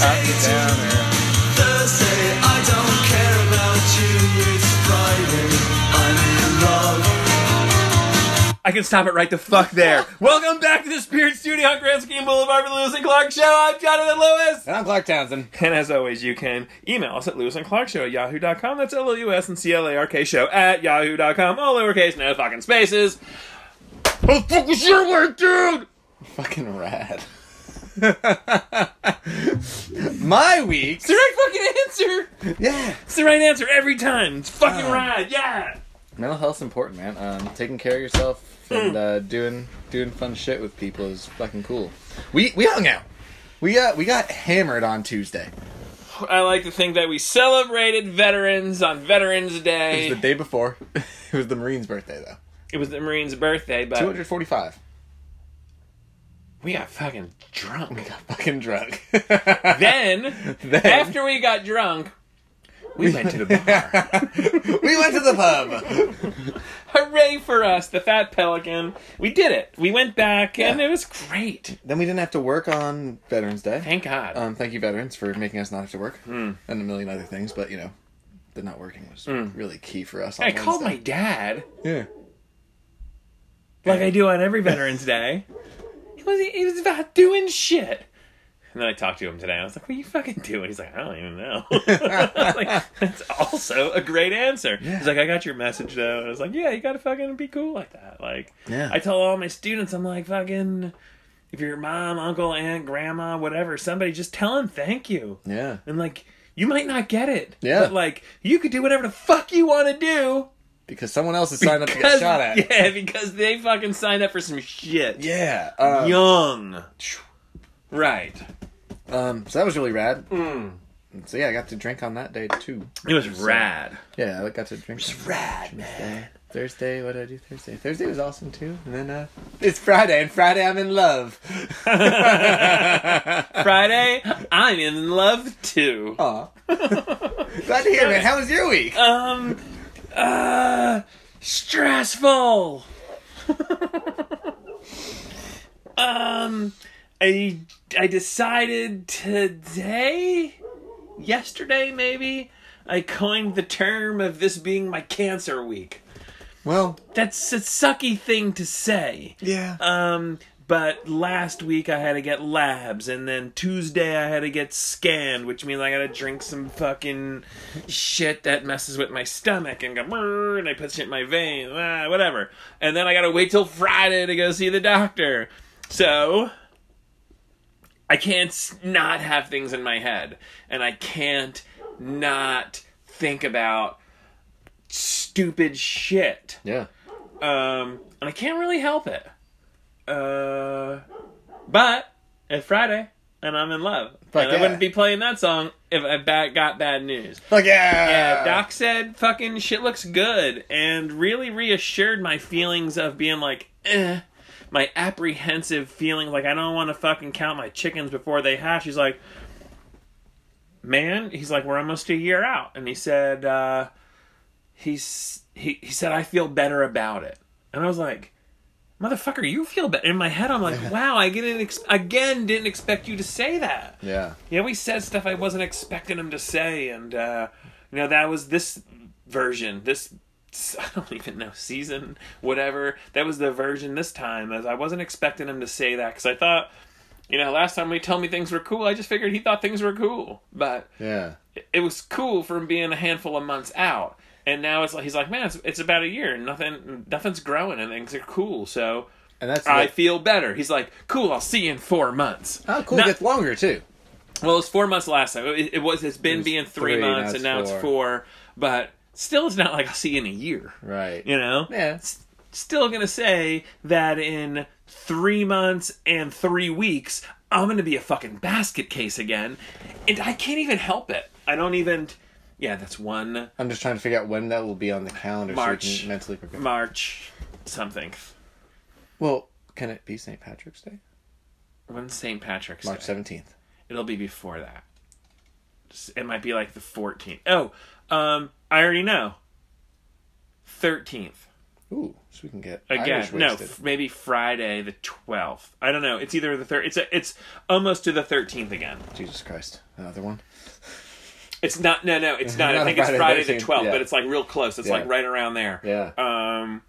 down there. Thursday, I don't care about you. It's Friday, I'm in love. I can stop it right the fuck there. Welcome back to the Spirit Studio on Grand Scheme Boulevard with Lewis and Clark Show. I'm Jonathan Lewis. And I'm Clark Townsend. And as always, you can email us at Lewis and Clark Show at yahoo.com. That's L O U S and C L A R K Show at yahoo.com. All lowercase, no fucking spaces. How the fuck was your work, dude? Fucking rad. My week. It's the right fucking answer. Ah. Yeah. It's the right answer every time. It's fucking Oh. right. Yeah. Mental health's important, man. Um, taking care of yourself Hmm. and uh, doing doing fun shit with people is fucking cool. We we hung out. We uh, we got hammered on Tuesday. I like to think that we celebrated veterans on Veterans Day. It was the day before. it was the Marine's birthday though. the Marine's birthday, but 245. we got fucking drunk. We got fucking drunk. then, Then- after we got drunk, we went to the bar. we went to the pub. Hooray for us, the Fat Pelican. We did it. We went back, and Yeah. it was great. Then we didn't have to work on Veterans Day. Thank God. Um, thank Hmm. you, veterans, for making us not have to work and a million other things. But you know, the not working was really key for us. On I called my Wednesday. dad, yeah. like I do on every Veterans Day. He was, he was about doing shit. And then I talked to him today. I was like, what are you fucking doing? He's like, I don't even know. I was like, that's also a great answer. He's like, I got your message, though. And I was like, yeah, you got to fucking be cool like that. Like, Yeah. I tell all my students, I'm like, fucking, if your mom, uncle, aunt, grandma, whatever, somebody, just tell them thank you. Yeah. And like, you might not get it. Yeah. But like, you could do whatever the fuck you want to do. Because someone else has signed up to get shot at. Yeah, because they fucking signed up for some shit. Yeah. Um, Young. Right. um, so that was really rad. So yeah, I got to drink on that day too. It was rad. Yeah, I got to drink. on Rad, man. Thursday. Thursday, what did I do Thursday? Thursday was awesome too. And then uh, it's Friday, and Friday I'm in love. Friday, I'm in love too. Aw. Glad to hear, man. How was your week? Um, uh, stressful. um, I I decided today, yesterday maybe, I coined the term of this being my cancer week. Well, That's a sucky thing to say. yeah. Um, but last week I had to get labs, and then Tuesday I had to get scanned, which means I gotta drink some fucking shit that messes with my stomach and go, "Brr," and I put shit in my veins, ah, whatever. And then I gotta wait till Friday to go see the doctor. So. I can't s- not have things in my head, and I can't not think about stupid shit. yeah. Um, and I can't really help it. Uh, but it's Friday, and I'm in love. Fuck and I yeah. wouldn't be playing that song if I ba- got bad news. Fuck yeah. Yeah, Doc said fucking shit looks good, and really reassured my feelings of being like, eh. My apprehensive feeling like I don't want to fucking count my chickens before they hatch. He's like, man, he's like, we're almost a year out. And he said, uh, he's, he, he said, I feel better about it. And I was like, motherfucker, you feel better. In my head, I'm like, wow, I didn't, ex- again, didn't expect you to say that. Yeah. He always said stuff I wasn't expecting him to say, and uh, you know that was this version, this I don't even know season, whatever. That was the version this time, as I wasn't expecting him to say that because I thought, you know, last time we told me things were cool, I just figured he thought things were cool, but Yeah. it was cool from being a handful of months out, and now it's like he's like, man, it's, it's about a year, and nothing, nothing's growing, and things are cool, so. And that's I like- feel better. He's like, cool. I'll see you in four months. Oh, cool. Not- it gets longer too. well, it was four months last time. It, it was. It's been was being three, three, now months, it's and now it's four. four. But still, it's not like I'll see you in a year. Right. You know. Yeah. S- Still gonna say that in three months and three weeks, I'm gonna be a fucking basket case again, and I can't even help it. I don't even. Yeah, that's one I'm just trying to figure out when that will be on the calendar so March. we can mentally prepare. March something. well, can it be St. Patrick's Day? When's St. Patrick's March Day? 17th. It'll be before that. S- It might be like the 14th. Oh, um, I already know. 13th. Ooh, so we can get Again, Irish no, wasted. f- maybe Friday the twelfth. I don't know. It's either the third. It's a, it's almost to the thirteenth again. Jesus Christ, another one. It's not. No, no, it's not. Not I a think it's Friday Friday the 13th, twelfth, yeah. but it's like real close. It's like Yeah. right around there. Yeah. Um,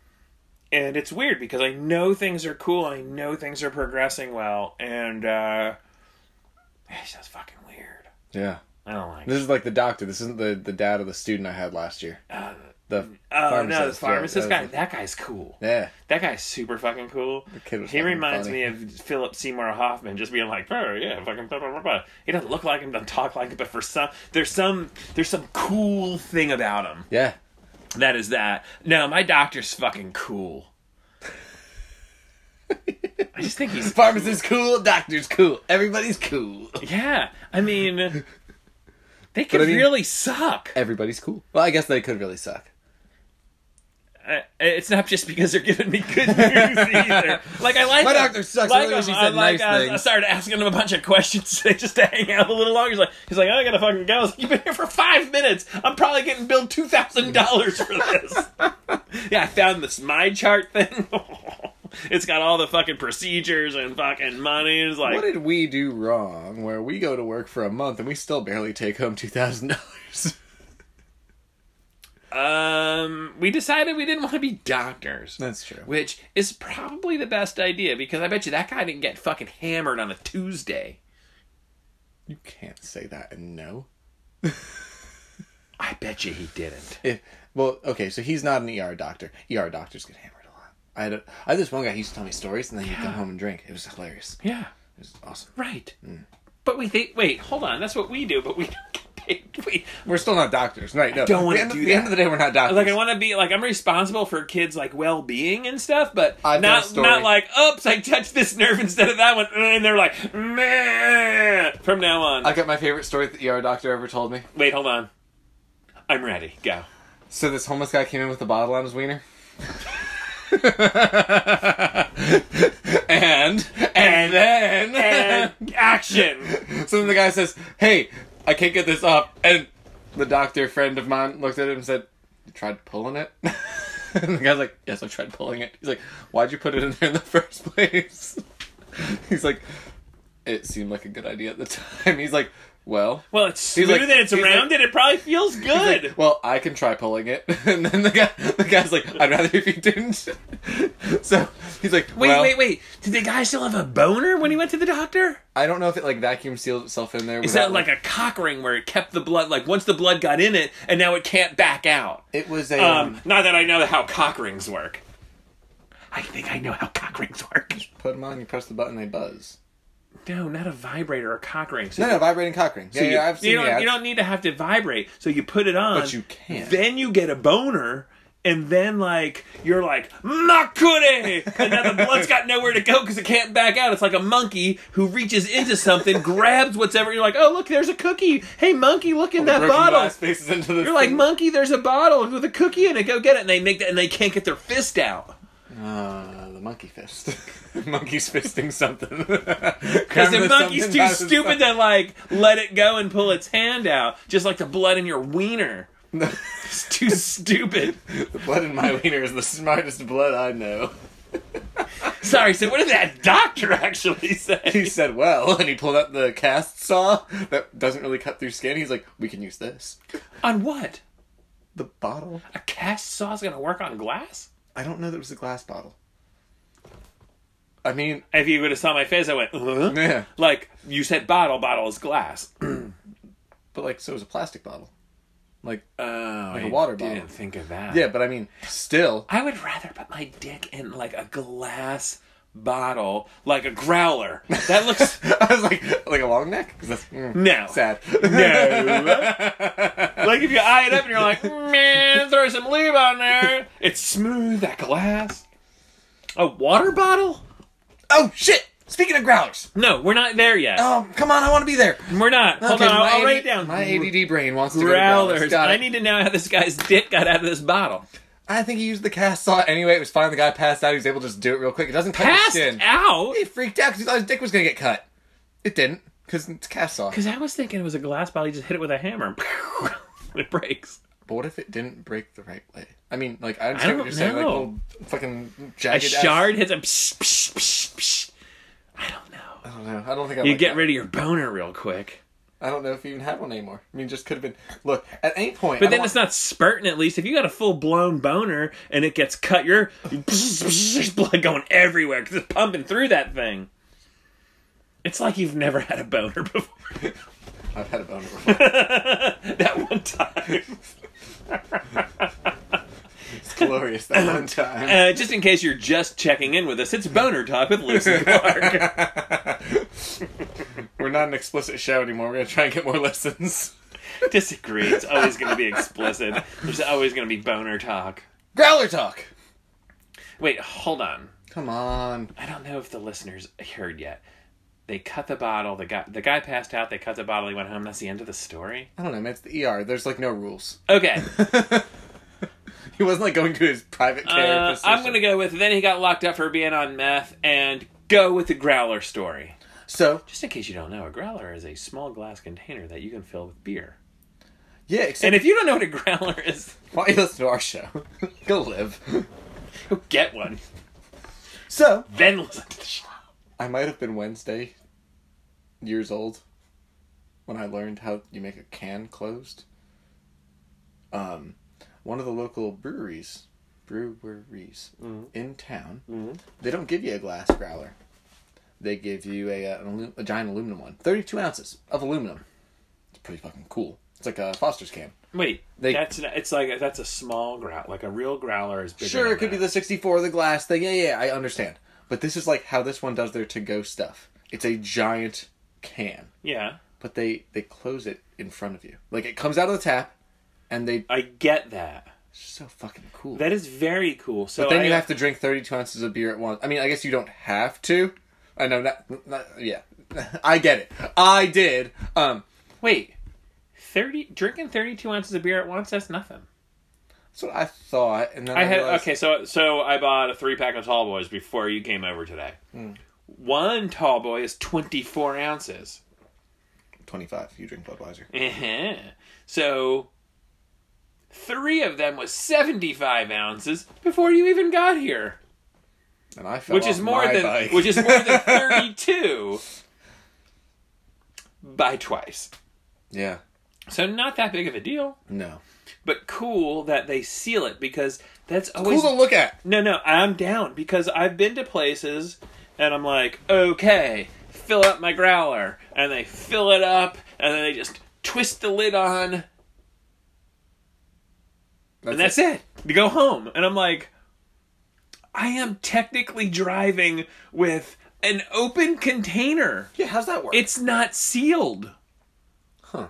and it's weird because I know things are cool. I know things are progressing well, and uh, it's just fucking weird. yeah. I don't like. it. This is like the doctor. This isn't the, the dad of the student I had last year. the Oh no, the pharmacist, yeah, pharmacist that guy. was That guy's cool. the- yeah. That guy's super fucking cool. kid was He fucking reminds funny. me of Philip Seymour Hoffman, just being like, "Oh yeah, fucking blah blah blah." blah." He doesn't look like him, doesn't talk like him, but for some, there's some, there's some cool thing about him. Yeah. That is that. No, my doctor's fucking cool. I just think he's Pharmacist's cool, doctor's cool, everybody's cool. yeah. I mean, they could I mean- really suck. Everybody's cool. Well, I guess they could really suck. Uh, it's not just because they're giving me good news either. Like I like My them. doctor sucks. I Like really wish him. he said I like nice us. I things. started asking him a bunch of questions today just to hang out a little longer. He's like, he's like, "Oh, I gotta fucking go. I was like, You've been here for five minutes. I'm probably getting billed two thousand dollars for this. yeah, I found this my chart thing. it's got all the fucking procedures and fucking money. It's like What did we do wrong where we go to work for a month and we still barely take home $2,000? Um, we decided we didn't want to be doctors. That's true. Which is probably the best idea because I bet you that guy didn't get fucking hammered on a Tuesday. You can't say that and no. I bet you he didn't. If, well, okay, so he's not an ER doctor. ER doctors get hammered a lot. I had, a, I had this one guy, he used to tell me stories and then he'd come home and drink. It was hilarious. It Yeah, was awesome. right. But wait, they, wait, hold on. That's what we do, but we don't get paid. We, We're still not doctors, right? No, don't wanna the end, do the that. end of the day, we're not doctors. like I want to be like I'm responsible for kids like well being and stuff, but I've got a not story. not like oops I touched this nerve instead of that one, and they're like Meh, from now on. I got my favorite story that the ER doctor ever told me. wait, hold on. I'm ready. Go. So this homeless guy came in with a bottle on his wiener. and, and then and action. so then the guy says, "Hey, I can't get this off." And the doctor friend of mine looked at him and said, "You tried pulling it?" and the guy's like, "Yes, I tried pulling it." He's like, "Why'd you put it in there in the first place?" He's like, "It seemed like a good idea at the time." He's like, "Well, Well, it's He's smooth like- and it's he's like- rounded. it probably feels good. Well, I can try pulling it. And then the guy, the guy's like, I'd rather if you didn't. So he's like, wait, well, wait, wait. Did the guy still have a boner when he went to the doctor? I don't know if it like vacuum sealed itself in there. Is that like a cock ring where it kept the blood? Like once the blood got in it, and now it can't back out. It was a. Um, not that I know how cock rings work. I think I know how cock rings work. put them on. You press the button, they buzz. No, not a vibrator or cock ring. So No, no, vibrating cock ring. Yeah, you, yeah, I've seen you the don't, ads. you don't need to have to vibrate. So you put it on. But you can. Then you get a boner. And then, like, you're like, Makure! And now the blood's got nowhere to go because it can't back out. It's like a monkey who reaches into something, grabs whatever. You're like, oh, look, there's a cookie. Hey, monkey, look in that Broken bottle. glass faces into the You're like, thing. monkey, there's a bottle with a cookie in it. Go get it. And they make that, and they can't get their fist out. Ah, the monkey fist. Monkey's fisting something. Because Because the monkey's too stupid to, like, let it go and pull its hand out. Just like the blood in your wiener. It's too stupid. the blood in my wiener is the smartest blood I know. Sorry, so what did that doctor actually he say? said, "Well," and he pulled out the cast saw that doesn't really cut through skin. He's like, "We can use this." on what? The bottle? A cast saw's gonna work on glass? I don't know that it was a glass bottle. I mean, If you would have saw my face, I went, "Huh?" yeah, like you said, bottle, bottle is glass. but like, so was a plastic bottle. Like, Oh, like a water bottle. Didn't think of that. yeah, but I mean, still, I would rather put my dick in like a glass bottle, like a growler. That looks I was like, like a long neck. 'Cause that's mm, no. sad. No. like if you eye it up and you're like, man, throw some lube on there. It's smooth, that glass. A water bottle? oh shit! Speaking of growlers, No, we're not there yet. um, come on, I want to be there. We're not. Hold on, I'll, my I'll write it AD down. My ADD brain wants to go to growlers. growlers. Got I it. need to know how this guy's dick got out of this bottle. I think he used the cast saw anyway. It was fine. The guy passed out. He was able to just do it real quick. It doesn't cut Passed your skin. out. He freaked out because he thought his dick was gonna get cut. It didn't because it's cast off. Because I was thinking it was a glass bottle. He just hit it with a hammer. and it breaks. But what if it didn't break the right way? I mean, like I I understand what don't you're saying, like know. little fucking A jagged. ass- shard hits a psh, psh, psh, psh. I don't know. I don't know. I don't think I. You like get that. rid of your boner real quick. I don't know if you even have one anymore. I mean, just could have been. Look, at any point. But then it's not spurting at least. If you got a full blown boner and it gets cut, you're there's blood going everywhere because it's pumping through that thing. It's like you've never had a boner before. not. I've had a boner before. that one time. It's glorious that one time. Uh, just in case you're just checking in with us, it's Boner Talk with Lucy Clark. We're not an explicit show anymore. We're gonna try and get more listens. Disagree. It's always going to be explicit. There's always going to be boner talk. Growler talk. Wait, hold on. Come on. I don't know if the listeners heard yet. They cut the bottle. The guy, the guy passed out. They cut the bottle. He went home. That's the end of the story. I don't know, man. It's the ER. There's like no rules. Okay, He wasn't like going to his private care. uh, physician. I'm gonna go with. Then he got locked up for being on meth, and go with the growler story. So Just in case you don't know, a growler is a small glass container that you can fill with beer. yeah, except And if you don't know what a growler is, why you listen to our show? go live. go get one. So Then listen to the show. I might have been Wednesday years old when I learned how you make a can closed. Um, one of the local breweries, breweries in town, they don't give you a glass growler. They give you a, uh, an alu- a giant aluminum one, thirty-two ounces of aluminum. It's pretty fucking cool. It's like a Foster's can. Wait, They- that's it's like that's a small growl. Like a real growler is bigger. Sure, than it could be that. the 64 the glass thing. Yeah, yeah, I understand. But this is like how this one does their to go stuff. It's a giant can, Yeah, but they they close it in front of you. Like it comes out of the tap and they I get that. so fucking cool. That is very cool. So but then I, you have to drink 32 ounces of beer at once. I mean, I guess you don't have to. I know that not- yeah. I get it. I did. Um wait. Thirty drinking thirty two ounces of beer at once. That's nothing. that's what I thought and then I, I had realized, okay. So so I bought a three pack of Tall Boys before you came over today. Hmm. One Tall Boy is twenty four ounces. 25 you drink Budweiser. Uh-huh. So three of them was seventy five ounces before you even got here, And I fell which off is more my than bike. which is more than thirty two by twice. Yeah. So not that big of a deal. No. but cool that they seal it because that's Cool always to look at. no no i'm down because i've been to places and i'm like okay fill up my growler and they fill it up and then they just twist the lid on and that's it. to go home and i'm like i am technically driving with an open container Yeah, how's that work? it's not sealed Huh.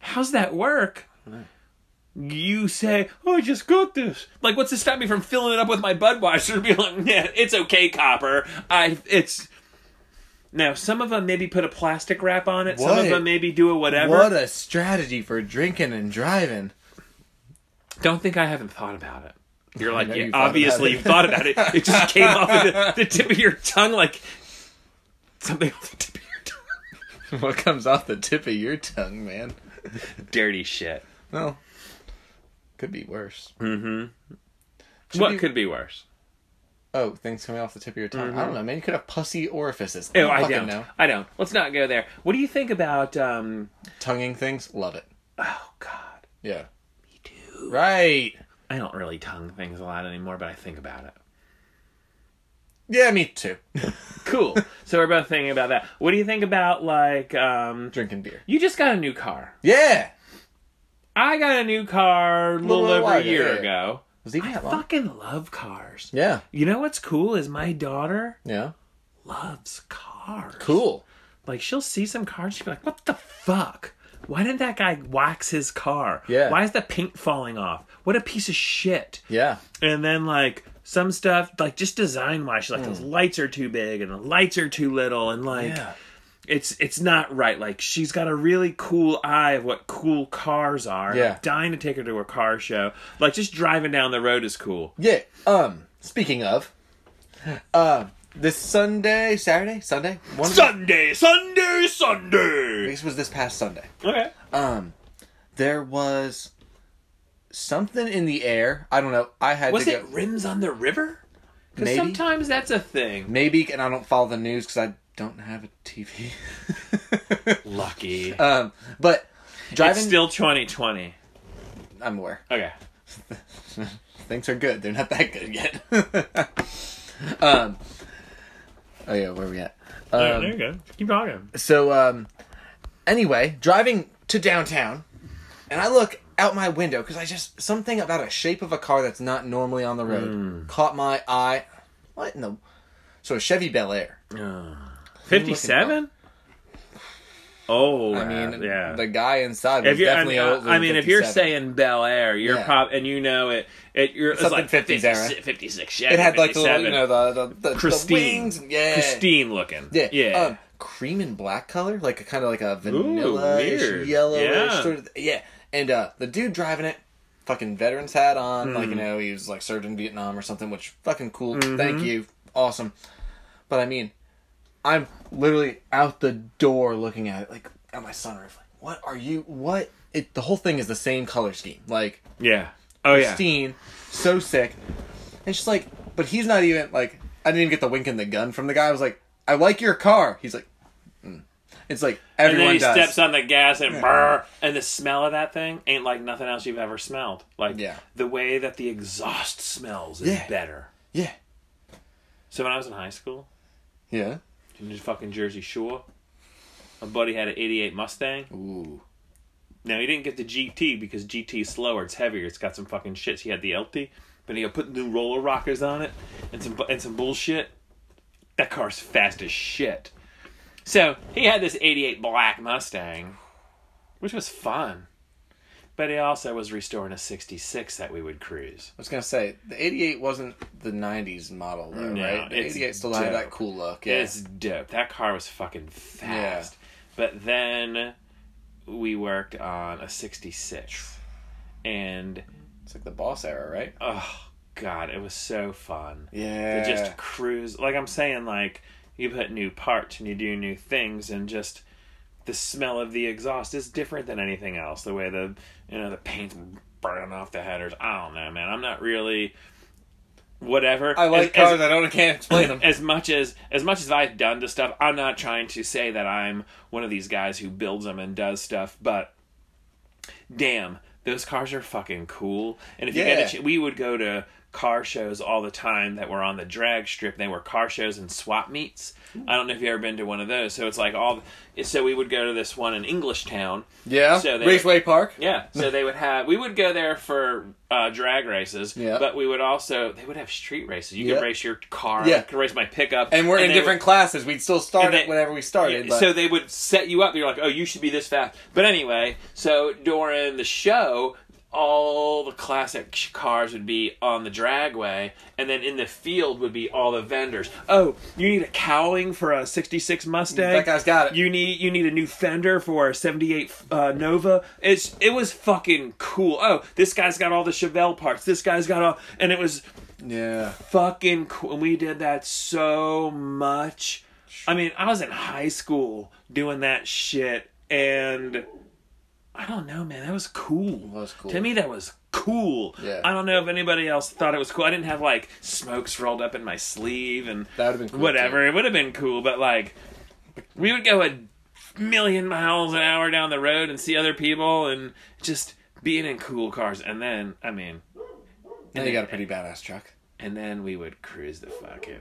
How's that work? You say, "Oh, I just got this." Like, what's to stop me from filling it up with my Budweiser and be like, "Yeah, it's okay, copper." I it's now some of them maybe put a plastic wrap on it. Some What? of them maybe do a whatever. What a strategy for drinking and driving. Don't think I haven't thought about it. You're like, know yeah, you've thought obviously about it." you've thought about it. It just came off of the, the tip of your tongue like something off the tip of your tongue. What comes off the tip of your tongue, man? Dirty shit. Well, could be worse. what be- could be worse? Oh, things coming off the tip of your tongue. I don't know, man. You could have pussy orifices. Oh, I fucking don't. I don't. Let's not go there. What do you think about um? Tonguing things, love it. Oh God. Yeah. Me too. Right. I don't really tongue things a lot anymore, but I think about it. Yeah, me too. Cool. so we're both thinking about that. What do you think about like um Drinking beer. you just got a new car. Yeah. I got a new car a little, Little over a while, year yeah, yeah. ago. Was it even I that long? fucking love cars. Yeah. You know what's cool is my daughter Yeah. loves cars. Cool. Like she'll see some cars, she'll be like, "What the fuck? Why didn't that guy wax his car? Yeah. Why is the paint falling off? What a piece of shit!" Yeah. and then like some stuff like just design wise like those lights are too big and the lights are too little and like Hmm. Yeah. it's it's not right like she's got a really cool eye of what cool cars are Yeah. I'm dying to take her to a car show like just driving down the road is cool Yeah. Um. Speaking of, uh, this Sunday, Saturday, Sunday. One. of the- sunday sunday sunday this was this past Sunday. okay um there Um, was something in the air. I don't know. I had Was to it go. rims on the river? Because Maybe. sometimes that's a thing. Maybe, and I don't follow the news because I don't have a TV. Lucky. um, but driving, It's still 2020. I'm aware. Okay. Things are good. They're not that good yet. um, oh yeah, where are we at? Alright, Um, there you go. Keep talking. so um, anyway, driving to downtown, and I look out my window because I just something about a shape of a car that's not normally on the road Hmm. caught my eye. What in the? So a Chevy Bel Air. 57? Oh, I mean, yeah. the guy inside was if you're, I definitely mean, older I than mean if you're 57. saying Bel Air, you're Yeah. prob and you know it. It you're it's Something like 50s 50s era. 56 Chevy, it had like the little, 57. you know the the, the, the Christine. wings, yeah, pristine looking. yeah, yeah. um, cream and black color, like a kind of like a weird. vanilla yellowish Yeah. sort of, yeah. And uh, the dude driving it, fucking veterans hat on, like Hmm. you know he was like served in Vietnam or something, which fucking cool. Mm-hmm. Thank you, awesome. But I mean, I'm literally out the door looking at it, like at my sunroof. Like, what are you? What? It the whole thing is the same color scheme, like. yeah. Oh yeah. Christine, so sick. And she's like, but he's not even like. I didn't even get the wink and the gun from the guy. I was like, I like your car. He's like, mm. it's like And everyone then he does. steps on the gas and brr, and the smell of that thing ain't like nothing else you've ever smelled. Like Yeah. the way that the exhaust smells is Yeah. better. Yeah, So when I was in high school, yeah. in the fucking Jersey Shore, my buddy had an '88 Mustang. Ooh, Now he didn't get the GT because GT's slower, it's heavier, it's got some fucking shit. So he had the LT, but he put new roller rockers on it and some bu- and some bullshit. That car's fast as shit. So he had this '88 black Mustang, which was fun, but he also was restoring a '66 that we would cruise. I was gonna say the '88 wasn't the '90s model though, No, right? The it's '88 still had dope. that cool look. Yeah, It's dope. That car was fucking fast. But then we worked on a '66, and it's like the Boss era, right? oh god, it was so fun. Yeah, to just cruise like i'm saying like you put new parts and you do new things and just the smell of the exhaust is different than anything else the way the you know the paint's burning off the headers i don't know man i'm not really whatever I like As- cars. as, I don't I can't explain them. as much as as much as i've done to stuff i'm not trying to say that i'm one of these guys who builds them and does stuff but damn those cars are fucking cool and if you Yeah. get a ch- we would go to car shows all the time that were on the drag strip they were car shows and swap meets i don't know if you've ever been to one of those so it's like all so we would go to this one in english town Yeah, So they- Raceway Park. yeah, so they would have. We would go there for uh, drag races. Yeah. But we would also they would have street races. You Yeah. could race your car. Yeah. I could race my pickup. And we're in they different classes. We'd still start and it they- whenever we would- started. yeah, but- so they would set you up. You're like, oh, you should be this fast. But anyway, so during the show. All the classic sh- cars would be on the dragway, and then in the field would be all the vendors. Oh, you need a cowling for a '66 Mustang? That guy's got it. You need you need a new fender for a '78 uh, Nova. It's it was fucking cool. Oh, this guy's got all the Chevelle parts. This guy's got all, and it was yeah, fucking cool. And we did that so much. I mean, I was in high school doing that shit, and I don't know, man. That was cool. was cool. To me, that was cool. Yeah. I don't know if anybody else thought it was cool. I didn't have like smokes rolled up in my sleeve and That would've been cool, whatever. It would have been cool, but like we would go a million miles an hour down the road and see other people and just being in cool cars. And then, I mean, now you got a pretty badass truck. and then we would cruise the fucking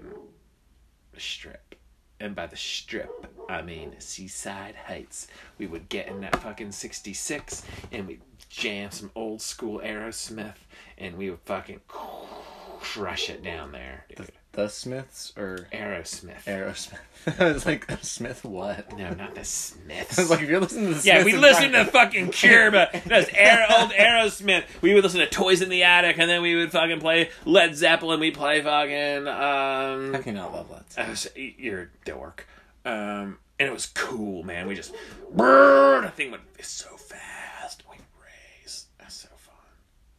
strip. And by the strip, I mean Seaside Heights. We would get in that fucking 66 and we'd jam some old school Aerosmith and we would fucking crush it down there, dude. The Smiths or Aerosmith. Aerosmith. I was like, Smith what? I no, not the Smiths. was like, if you're listening to the Yeah, Smiths we in listened to private- fucking Cure, but those Aero, old Aerosmith. We would listen to Toys in the Attic, and then we would fucking play Led Zeppelin. We play fucking um, How can you not love that? I was, you're a dork. Um, and it was cool, man. We just, brrr, the thing went it's so fast. We race. That's so fun.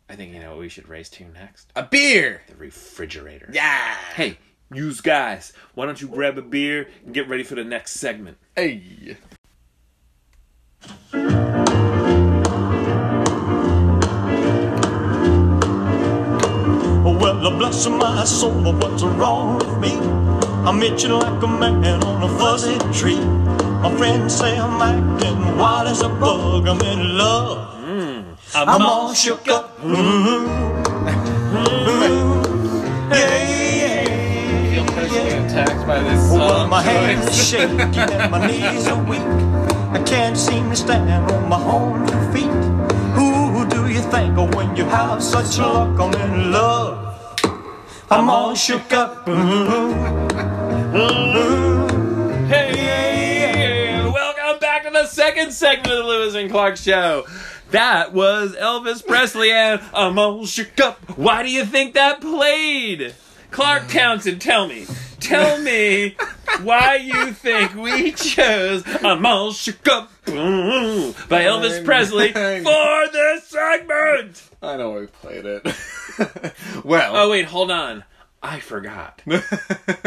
I think you know what we should race to next? A beer! The refrigerator. Yeah! Hey, you guys, why don't you grab a beer and get ready for the next segment? Hey! parts of my soul are what's wrong with me. I'm itching like a man on a fuzzy tree. My friends say I'm acting wild as a bug. I'm in love. I'm, I'm all- all shook up. Mm-hmm. Ooh. Yeah, yeah. I feel personally attacked by this Well, Oh, song. my hands are choice. shaking and my knees are weak. I can't seem to stand on my own two feet. Who do you think of when you have such luck? I'm in love. I'm all shook up. Mm-hmm. Mm-hmm. Hey, welcome back to the second segment of the Lewis and Clark Show. That was Elvis Presley and I'm all shook up. Why do you think that played? Clark Townsend, tell me. Tell me why you think we chose I'm all shook up Ooh, by Elvis Presley for this segment. I know we played it. well. Oh, wait, hold on. I forgot.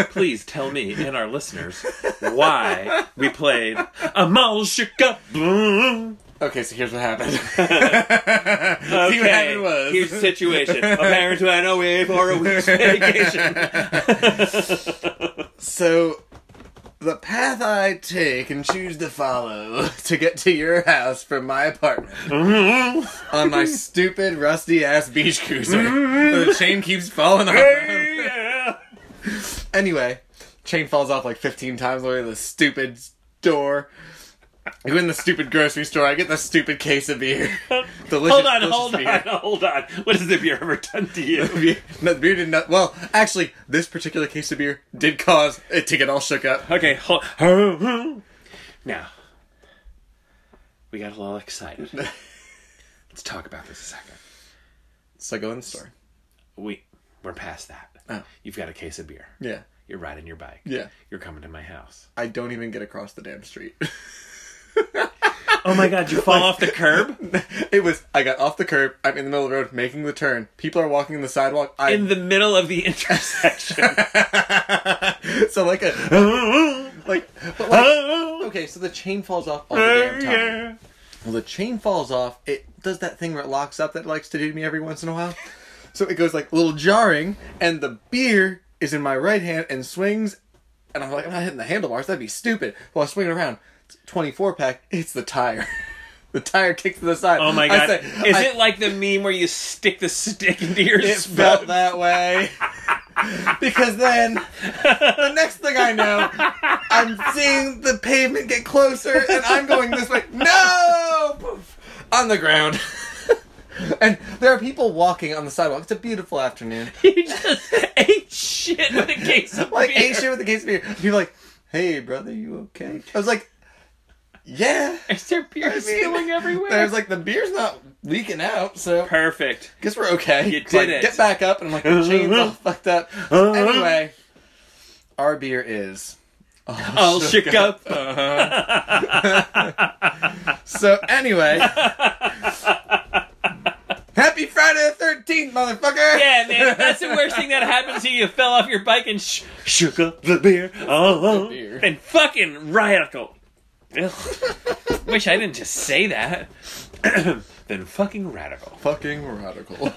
please tell me and our listeners why we played I'm all shook up. Boom. Okay, so here's what happened. okay, See what happened was. here's the situation. A parent went away for a week's vacation. So, the path I take and choose to follow to get to your house from my apartment on my stupid rusty ass beach cruiser. the chain keeps falling off. Yeah. Anyway, chain falls off like 15 times away to the stupid store. I go in the stupid grocery store. I get the stupid case of beer. Delicious, Hold on, delicious hold beer. on, hold on. What has the beer ever done to you? beer, no, the beer did not. Well, actually, this particular case of beer did cause it to get all shook up. Okay, hold. Now, we got a little excited. Let's talk about this a second. So I go in the store. We we're past that. Oh. You've got a case of beer. Yeah, You're riding your bike. yeah. You're coming to my house. I don't even get across the damn street. Oh my god, you fall off the curb? it was. I got off the curb. I'm in the middle of the road, making the turn. People are walking on the sidewalk. I in the middle of the intersection. so like a like. But like okay, so the chain falls off all the damn time. Well, the chain falls off. It does that thing where it locks up that it likes to do to me every once in a while. So it goes like a little jarring, and the beer is in my right hand and swings. And I'm like, I'm not hitting the handlebars. That'd be stupid. Well, I swing it around. It's a 24 pack. It's the tire. the tire kicks to the side. Oh my I god. say- Is I- it like the meme where you stick the stick into your It spoon? felt that way. because then, the next thing I know, I'm seeing the pavement get closer and I'm going this way. No! Poof! On the ground. and there are people walking on the sidewalk. It's a beautiful afternoon. You just ate shit with a case of Like, beer. ain't shit with the case of beer. People are like, hey, brother, you okay? I was like, yeah. Is there beer I mean, spilling everywhere? I was like, the beer's not leaking out, so Perfect. guess we're okay. You It's did like, it. Get back up, and I'm like, the chain's all fucked up. Anyway, our beer is. oh, I'll shook up. So anyway, happy Friday the Thirteenth, motherfucker. Yeah, man, that's the worst thing that happened to you. You fell off your bike and sh- shook up the beer. Oh, beer. and fucking radical. Ugh. Wish I didn't just say that. then fucking radical. Fucking radical.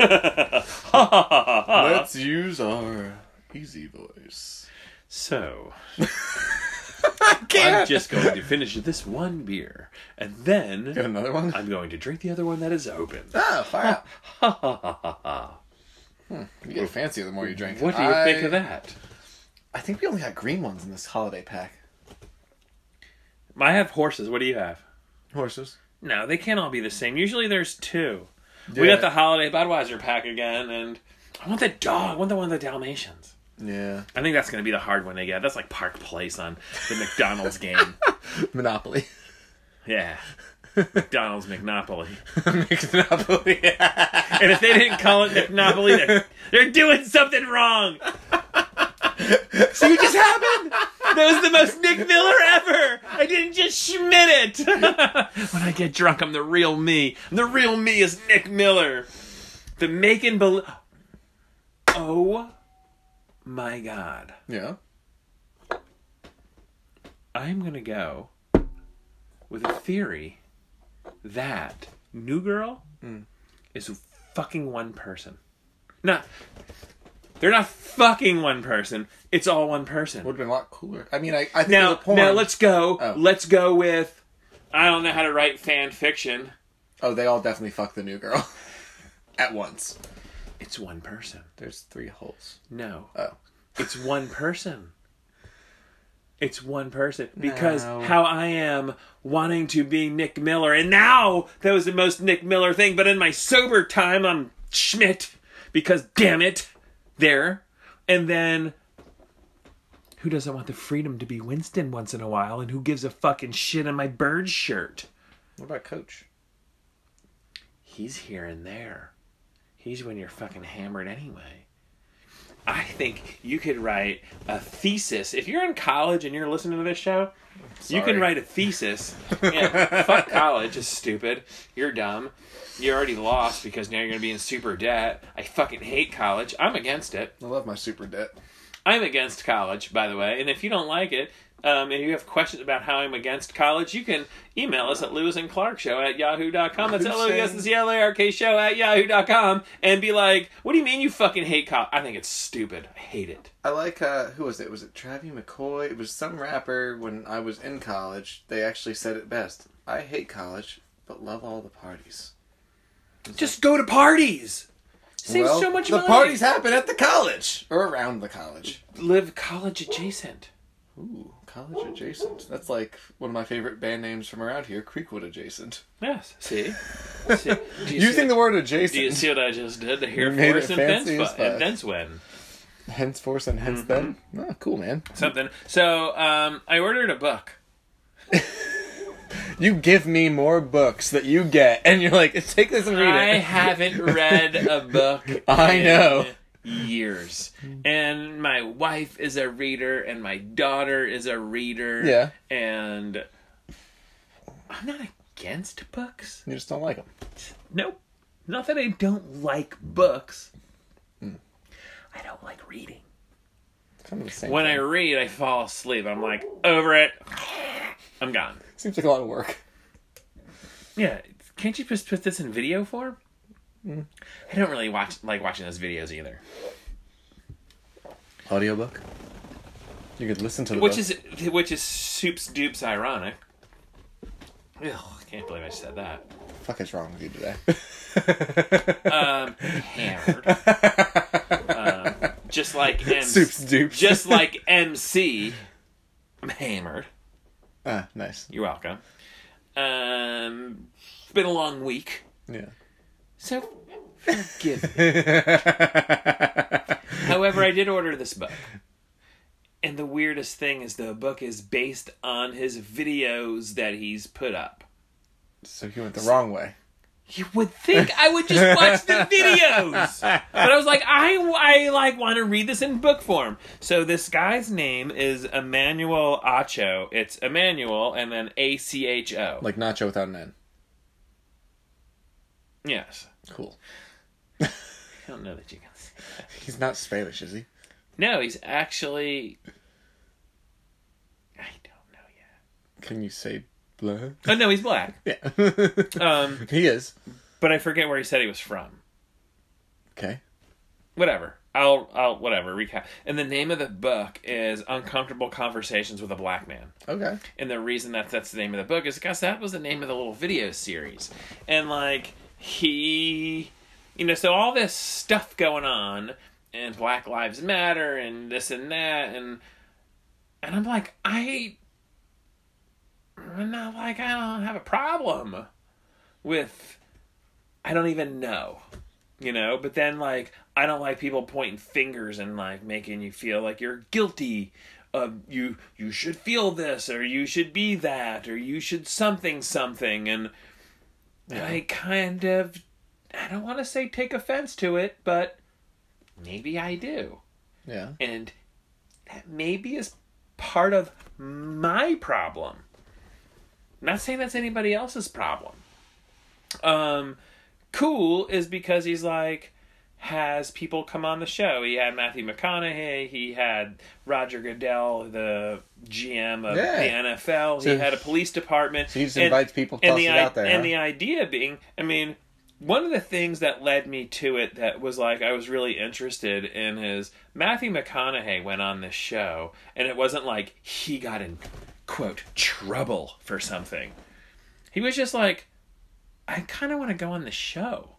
Let's use our easy voice. so, I'm Can't just going to finish this one beer, and Got then another one. I'm going to drink the other one that is open. Ah, fire up. You get fancier the more you drink. What do you I- think of that? I think we only got green ones in this holiday pack. I have horses. What do you have? Horses. No, they can't all be the same. Usually there's two. We Yeah. got the holiday Budweiser pack again, and I want that dog. I want the one of the Dalmatians. Yeah. I think that's going to be the hard one to get. That's like Park Place on the McDonald's game. Monopoly. Yeah. McDonald's McNopoly. Monopoly. And if they didn't call it McNopoly, they're, they're doing something wrong. See what just happened? That was the most Nick Miller ever. I didn't just schmit it. when I get drunk, I'm the real me. The real me is Nick Miller. The make and believe. Oh my god. Yeah. I'm gonna go with a theory that Hmm. New Girl is fucking one person. Not They're not fucking one person. It's all one person. Would have been a lot cooler. I mean, I, I think now, the porn. now let's go. Oh. Let's go with. I don't know how to write fan fiction. Oh, they all definitely fucked the new girl at once. It's one person. There's three holes. No, Oh, it's one person. It's one person because No. how I am wanting to be Nick Miller, and now that was the most Nick Miller thing. But in my sober time, I'm Schmidt because damn it, there. And then, who doesn't want the freedom to be Winston once in a while? And who gives a fucking shit in my bird shirt? what about Coach? he's here and there. He's when you're fucking hammered anyway. I think you could write a thesis. If you're in college and you're listening to this show, you Sorry. can write a thesis. Yeah, fuck college is stupid. You're dumb. You already lost because now you're going to be in super debt. I fucking hate college. I'm against it. I love my super debt. I'm against college, by the way. And if you don't like it, um, and you have questions about how I'm against college, you can email us at Lewis and Clark Show at yahoo.com. That's Who's L O E S saying- S E L A R K Show at yahoo.com and be like, what do you mean you fucking hate college? I think it's stupid. I hate it. I like uh who was it? Was it Travie McCoy? It was some rapper when I was in college. They actually said it best. I hate college, but love all the parties. Just go to parties. Save Well, so much the money. parties happen at the college or around the college. Live college adjacent. Ooh, college adjacent. That's like one of my favorite band names from around here, Creekwood adjacent. Yes. See? see? Do you Using see- the word do you adjacent, see what I just did? The here made force it and thence fancy as bu- and fuck. thence when. henceforth and hence then. Mm-hmm. Oh, cool, man. Something. So um, I ordered a book. You give me more books that you get, and you're like, take this and read I it. haven't read a book. I know. in Years. And my wife is a reader, and my daughter is a reader. Yeah. And I'm not against books. You just don't like them. Nope. Not that I don't like books. Hmm. I don't like reading. Kind of the same. When I thing. read, I fall asleep. I'm like, over it. I'm gone. seems like a lot of work. Yeah, can't you just put this in video form? Hmm. I don't really watch like watching those videos either. Audiobook. You could listen to the which book. is which is soups dupes ironic. Ugh, I can't believe I said that. fuck is wrong with you today? Um, hammered. um, just like M- Soups dupes. just like MC. I'm hammered. ah, nice. You're welcome. Um, it's been a long week, Yeah. so forgive. me. However, I did order this book. And the weirdest thing is the book is based on his videos that he's put up. so he went the wrong way. You would think I would just watch the videos, but I was like, I, I like want to read this in book form. So this guy's name is Emmanuel Acho. It's Emmanuel and then A C H O. Like Nacho without an N. Yes, Cool. I don't know that you can. Say. He's not Spanish, is he? No, he's actually. I don't know yet. Can you say blah? Oh no, he's black. Yeah. Um, he is. but I forget where he said he was from. Okay. Whatever. I'll I'll whatever recap. And the name of the book is Uncomfortable Conversations with a Black Man. Okay. And the reason that that's the name of the book is because that was the name of the little video series. And like he, you know, so all this stuff going on and Black Lives Matter and this and that and and I'm like I, I'm not like I don't have a problem with I don't even know. You know, but then like I don't like people pointing fingers and like making you feel like you're guilty of uh, you you should feel this or you should be that or you should something something and and I kind of I don't want to say take offense to it, but maybe I do. Yeah. And that maybe is part of my problem. not saying that's anybody else's problem. Um, cool is because he's like has people come on the show. He had Matthew McConaughey. He had Roger Goodell, the GM of Yeah. the NFL. So- he had a police department. So he just And- invites people, and toss the it i- out there, And huh? the idea being, I mean, one of the things that led me to it that was like I was really interested in is Matthew McConaughey went on this show and it wasn't like he got in quote trouble for something. He was just like I kind of want to go on the show.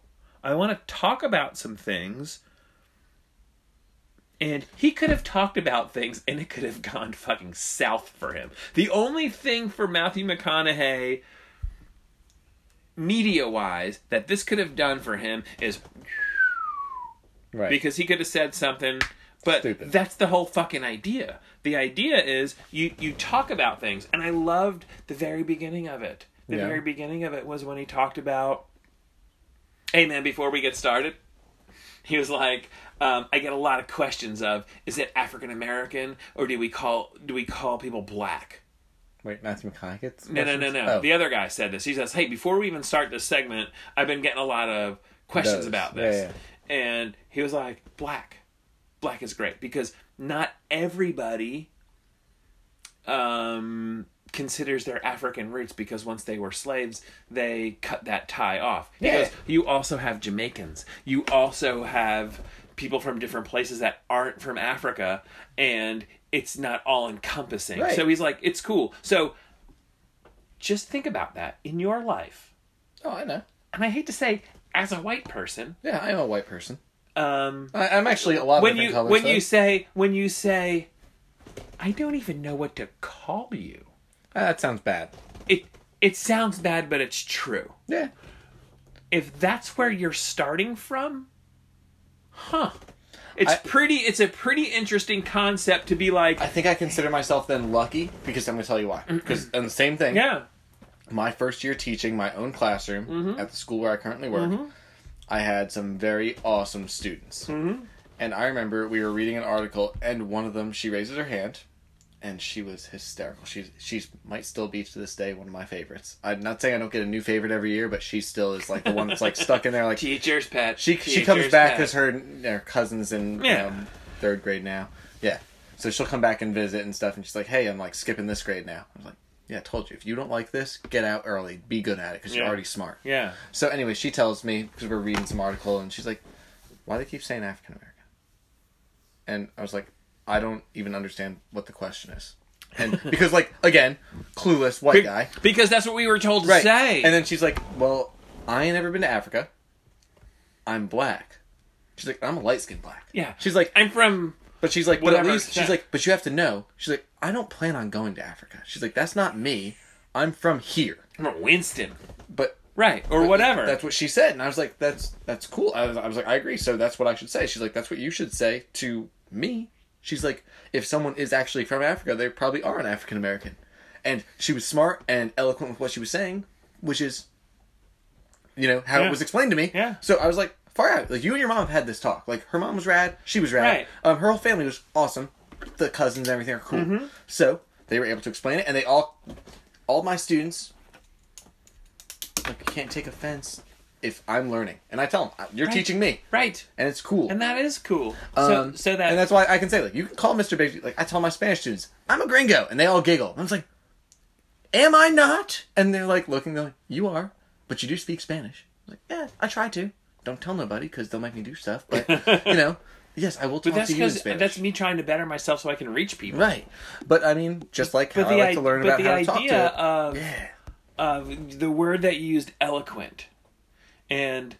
I want to talk about some things. And he could have talked about things and it could have gone fucking south for him. The only thing for Matthew McConaughey media wise that this could have done for him is Right. because he could have said something but Stupid. that's the whole fucking idea the idea is you you talk about things and i loved the very beginning of it the Yeah. very beginning of it was when he talked about hey man before we get started he was like um, i get a lot of questions of is it african american or do we call do we call people black Wait, Matthew McConaughey gets no, no, no, questions? no. Oh. The other guy said this. He says, "Hey, before we even start this segment, I've been getting a lot of questions Those. about Yeah, this." And he was like, "Black, black is great because not everybody um, considers their African roots because once they were slaves, they cut that tie off." He Yeah. goes, "You also have Jamaicans. You also have people from different places that aren't from Africa, and." It's not all encompassing. Right. So he's like, it's cool. So just think about that in your life. Oh, I know. And I hate to say, as a white person, Yeah, I'm a white person. um, I, I'm actually a lot of when different you colors. when though. you say when you say, I don't even know what to call you. Ah, that sounds bad. It it sounds bad, but it's true. Yeah. If that's where you're starting from, huh? It's I- pretty. It's a pretty interesting concept to be like, I think I consider myself then lucky because I'm going to tell you why. Because and the same thing. yeah, my first year teaching my own classroom at the school where I currently work, I had some very awesome students. And I remember we were reading an article, and one of them, she raises her hand, and she was hysterical. She's she's might still be to this day one of my favorites. I'm not saying I don't get a new favorite every year, but she still is like the one that's like stuck in there. Like she teacher's pet. she teacher's comes back pet. because her her cousins in Yeah. um, third grade now. Yeah, so she'll come back and visit and stuff, and she's like, "Hey, I'm like skipping this grade now." I was like, "Yeah, I told you. If you don't like this, get out early. Be good at it because you're Yeah. already smart." Yeah, So anyway, she tells me because we're reading some article, and she's like, "Why they keep saying African American?" And I was like, "I don't even understand what the question is." And because like again, clueless white guy, because that's what we were told to right? say. And then she's like, "Well, I ain't ever been to Africa. I'm black." She's like, "I'm a light skinned black." yeah, She's like, I'm from but she's like, but Whatever, at least yeah. she's like, but you have to know. She's like, I don't plan on going to Africa. She's like, that's not me. I'm from here. I'm from Winston, But right, or whatever. That's what she said, and I was like, "That's that's cool." I was, I was like, "I agree." So that's what I should say. She's like, "That's what you should say to me." She's like, "If someone is actually from Africa, they probably are an African American," and she was smart and eloquent with what she was saying, which is, you know, how Yeah. it was explained to me. Yeah. So I was like, "Far out!" Like you and your mom have had this talk. Like her mom was rad, she was rad. Right. Um, her whole family was awesome. The cousins and everything are cool. Mm-hmm. So they were able to explain it, and they all, all my students like you can't take offense if I'm learning, and I tell them you're teaching me, Right. and it's cool. And that is cool. Um, so, so that and that's why I can say like you can call Mr. Big. Like I tell my Spanish students, I'm a gringo, and they all giggle. I'm just like, am I not? And they're like looking, going, you are, but you do speak Spanish. I'm like yeah, I try to. Don't tell nobody because they'll make me do stuff. But you know, yes, I will talk that's to you in because Spanish. that's me trying to better myself so I can reach people. right. But I mean, just like how I like i- to learn but about how to the talk to. idea it. of yeah. of the word that you used eloquent and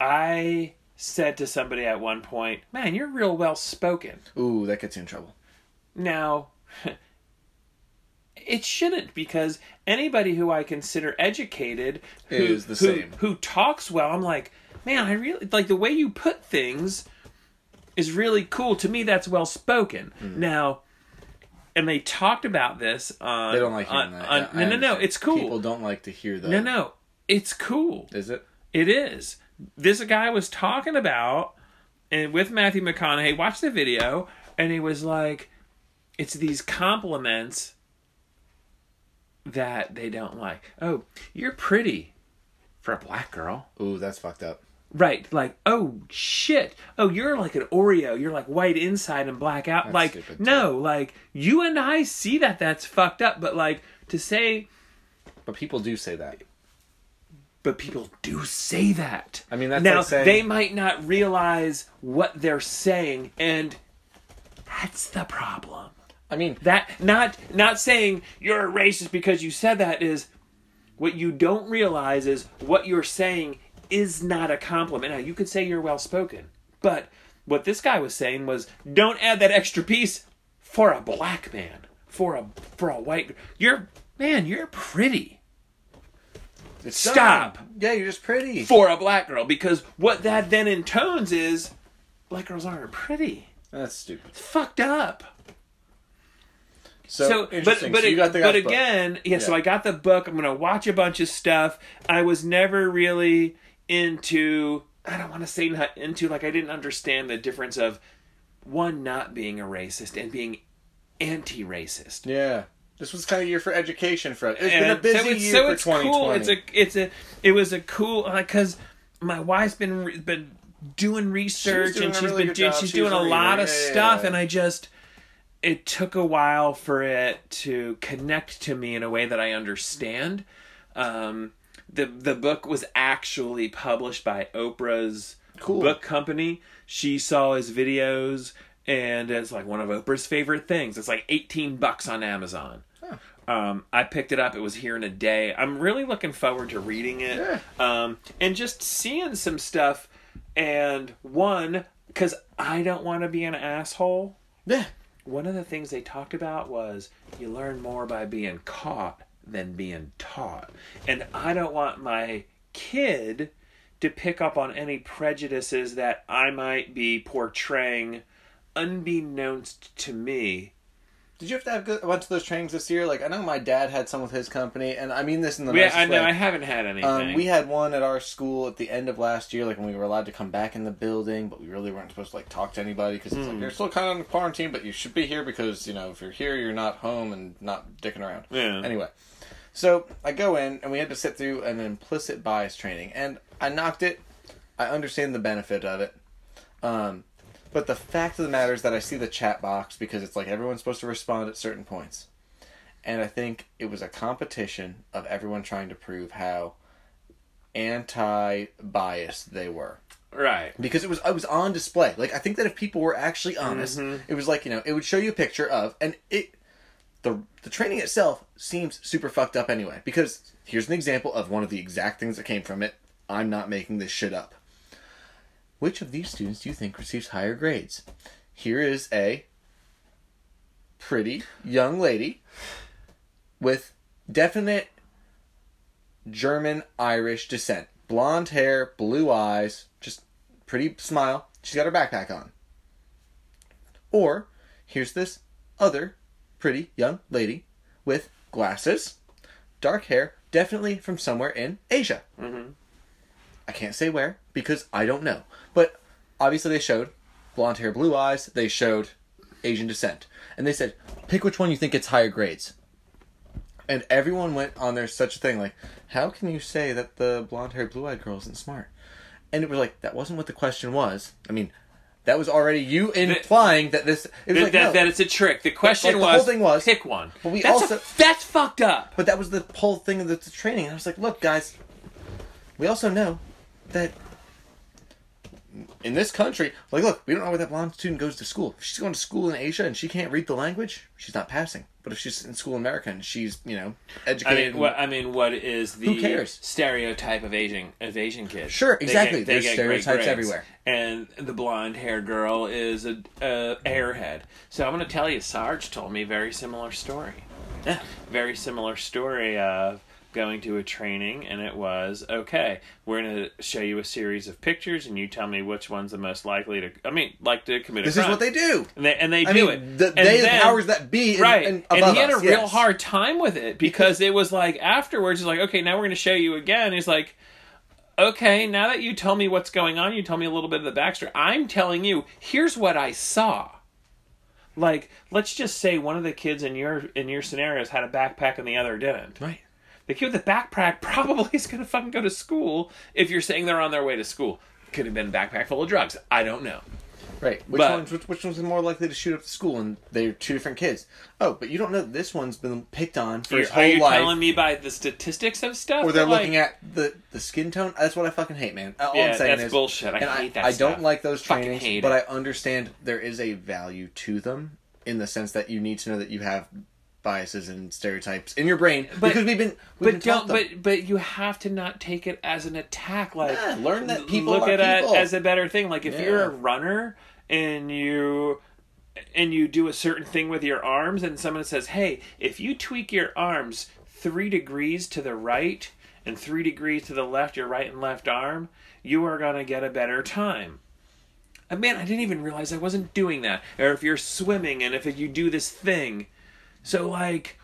i said to somebody at one point man you're real well spoken Ooh, that gets you in trouble. now it shouldn't because anybody who i consider educated who, Is the who, same. who talks well i'm like man i really like the way you put things is really cool to me that's well spoken Hmm. now and they talked about this on They don't like hearing on, that. on- Yeah, I Uh, no no no understand. it's cool People don't like to hear that. no, no, it's cool. Is it? It is. This guy was talking about, and with Matthew McConaughey, watch the video, and he was like, it's these compliments that they don't like. Oh, you're pretty for a black girl. Ooh, that's fucked up. Right, like, oh shit. Oh, you're like an Oreo. You're like white inside and black out. like, stupid, too. no, like, you and I see that that's fucked up, but like, to say But people do say that. but people do say that. I mean, that's now like saying- they might not realize what they're saying, and that's the problem. I mean, That not not saying you're a racist because you said that is what you don't realize is what you're saying is not a compliment. Now you could say you're well spoken, but what this guy was saying was don't add that extra piece for a black man, for a for a white gr- you're man, you're pretty. it's Stop. dumb. Yeah, you're just pretty. For a black girl because what that then intones is black girls aren't pretty. That's stupid. Fucked up. So, so, but interesting. but, So you it- got the but guy's book. again, yeah, So Yeah. I got the book. I'm gonna watch a bunch of stuff. I was never really into. I don't want to say not into. Like I didn't understand the difference of one not being a racist and being anti-racist. Yeah. This was kind of year for education for us. It's been a And busy so it's, year so for it's 2020. cool. It's a it's a it was a cool because my wife's been re- been doing research doing and a she's really been good doing, job. she's She was doing a a lot reader. of Yeah, yeah, stuff yeah. and I just it took a while for it to connect to me in a way that I understand. Um, the the book was actually published by Oprah's Cool. book company. She saw his videos and it's like one of Oprah's favorite things. It's like 18 bucks on Amazon. Um, I picked it up. It was here in a day. I'm really looking forward to reading it Yeah. um, and just seeing some stuff. And one, because I don't want to be an asshole yeah. one of the things they talked about was you learn more by being caught than being taught. And I don't want my kid to pick up on any prejudices that I might be portraying unbeknownst to me. Did you have to have good, a bunch of those trainings this year? Like, I know my dad had some with his company, and I mean this in the We, nicest I know way. I haven't had anything. Um, we had one at our school at the end of last year, like when we were allowed to come back in the building, but we really weren't supposed to like talk to anybody because it's like you're still kind of in quarantine, but you should be here because you know if you're here, you're not home and not dicking around. Yeah. Anyway, so I go in and we had to sit through an implicit bias training, and I knocked it. I understand the benefit of it. Um, but the fact of the matter is that I see the chat box because it's like everyone's supposed to respond at certain points. And I think it was a competition of everyone trying to prove how anti biased they were. right. Because it was I was on display. Like I think that if people were actually honest, it was like, you know, it would show you a picture of and it the the training itself seems super fucked up anyway. Because here's an example of one of the exact things that came from it. I'm not making this shit up. Which of these students do you think receives higher grades? Here is a pretty young lady with definite German Irish descent. Blonde hair, blue eyes, just pretty smile. She's got her backpack on. Or here's this other pretty young lady with glasses, dark hair, definitely from somewhere in Asia. Mm-hmm. I can't say where because I don't know. But obviously, they showed blonde hair, blue eyes. They showed Asian descent, and they said, "Pick which one you think gets higher grades." And everyone went on their such a thing like, "How can you say that the blonde hair, blue eyed girl isn't smart?" And it was like that wasn't what the question was. I mean, that was already you implying that this. It was That, like that, no. that it's a trick. The question Like, the was, whole thing was- pick one. But we that's a- also- that's fucked up. But that was the whole thing of the, the training. And I was like, look, guys, we also know that in this country, like, look, we don't know where that blonde student goes to school. If she's going to school in Asia and she can't read the language, she's not passing. But if she's in school in America and she's, you know, I educated, mean, and- what I mean, what is the Who cares? stereotype of Asian of Asian kids? Sure, They exactly. get- they There's get great stereotypes grades. everywhere. And the blonde haired girl is a, a airhead. So I'm going to tell you, Sarge told me a very similar story. Yeah. Very similar story of going to a training, and it was okay. We're going to show you a series of pictures, and you tell me which one's the most likely to. I mean, like to commit a this crime. is what they do. And they, and they I do mean, it. the, And they, the then- powers that be, and, right? and And, above he had a us, real yes. hard time with it because it was like afterwards, it's like, okay, now we're going to show you again. He's like, okay, now that you tell me what's going on, you tell me a little bit of the backstory. I'm telling you, here's what I saw. Like, let's just say one of the kids in your in your scenarios had a backpack and the other didn't. Right. The kid with the backpack probably is going to fucking go to school if you're saying they're on their way to school. Could have been a backpack full of drugs. I don't know. Right. Which But- ones? Which, which ones are more likely to shoot up the school? And they're two different kids. Oh, but you don't know that this one's been picked on for his are you whole life, telling me by the statistics of stuff? or they're that, looking like, at the the skin tone. That's what I fucking hate, man. All Yeah, I'm saying that's is bullshit. I and hate that I stuff. don't like those Fucking trainings, hate but it. I understand there is a value to them in the sense that you need to know that you have biases and stereotypes in your brain But- because we've been we've been taught But don't. them. But but you have to not take it as an attack. Like Yeah, learn that l- people look are at people. it as a better thing. Like if you're a Yeah. runner and you and you do a certain thing with your arms, and someone says, "Hey, if you tweak your arms three degrees to the right and three degrees to the left, your right and left arm, you are gonna get a better time." And man, I didn't even realize I wasn't doing that. Or if you're swimming and if you do this thing. So, like,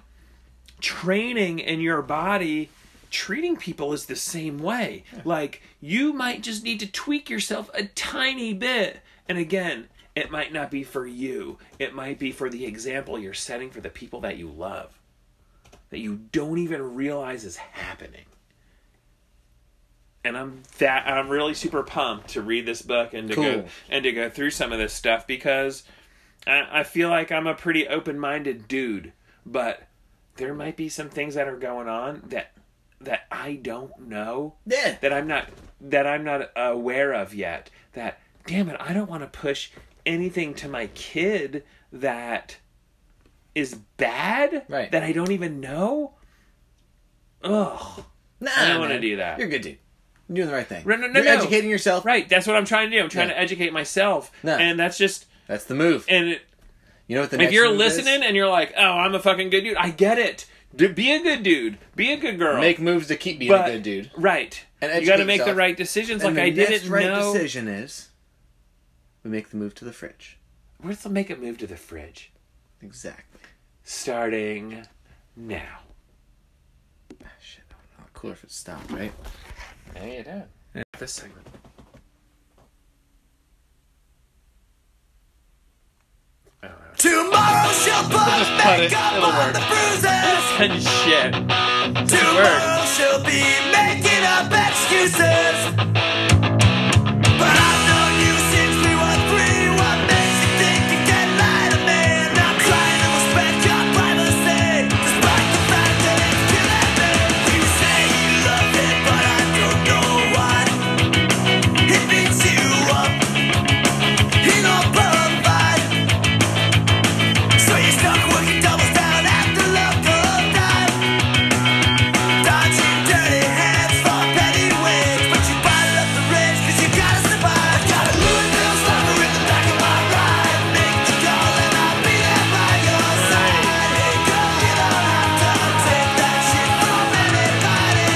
training in your body, treating people is the same way. Like, you might just need to tweak yourself a tiny bit. And again, it might not be for you, it might be for the example you're setting for the people that you love, that you don't even realize is happening. And I'm that I'm really super pumped to read this book and to go Cool. and to go through some of this stuff because I, I feel like I'm a pretty open minded dude, but there might be some things that are going on that that I don't know yeah. that I'm not that I'm not aware of yet. That damn it, I don't want to push anything to my kid that is bad Right. that I don't even know. Ugh. Nah, I don't wanna man. do that. You're a good, dude. You're doing the right thing. No, no, no, You're no. educating yourself. Right, that's what I'm trying to do. I'm trying Yeah. to educate myself. No. And that's just That's the move. and it, you know what the if next you're move is? listening and you're like, "Oh, I'm a fucking good dude." I get it. Dude, be a good dude. Be a good girl. make moves to keep being a good dude. Right. And you got educate to make the yourself. right decisions. and like the I next didn't right know. decision is we make the move to the fridge. Let's make a move to the fridge, Exactly. starting now. Ah, shit, I don't know. Cooler if it stopped, right? There you go. This segment. Tomorrow's your birthday. Cut it. It'll on work. the bruises. And shit. Tomorrow she'll be making up excuses. But I've known you since we were three. What makes you think you can lie to me? And I'm trying to respect your privacy, despite the fact that it's killing me. You say you love it, but I don't know why. It beats you up. You don't provide. So you're stuck working doubles down at the local dive. Dodging dirty hands for penny wins, but you bottle up the rents 'cause you gotta survive. Got a Louisville slugger in the back of my ride. Make the call and I'll be there by your side. Hey, girl, you don't have to take that shit from anybody.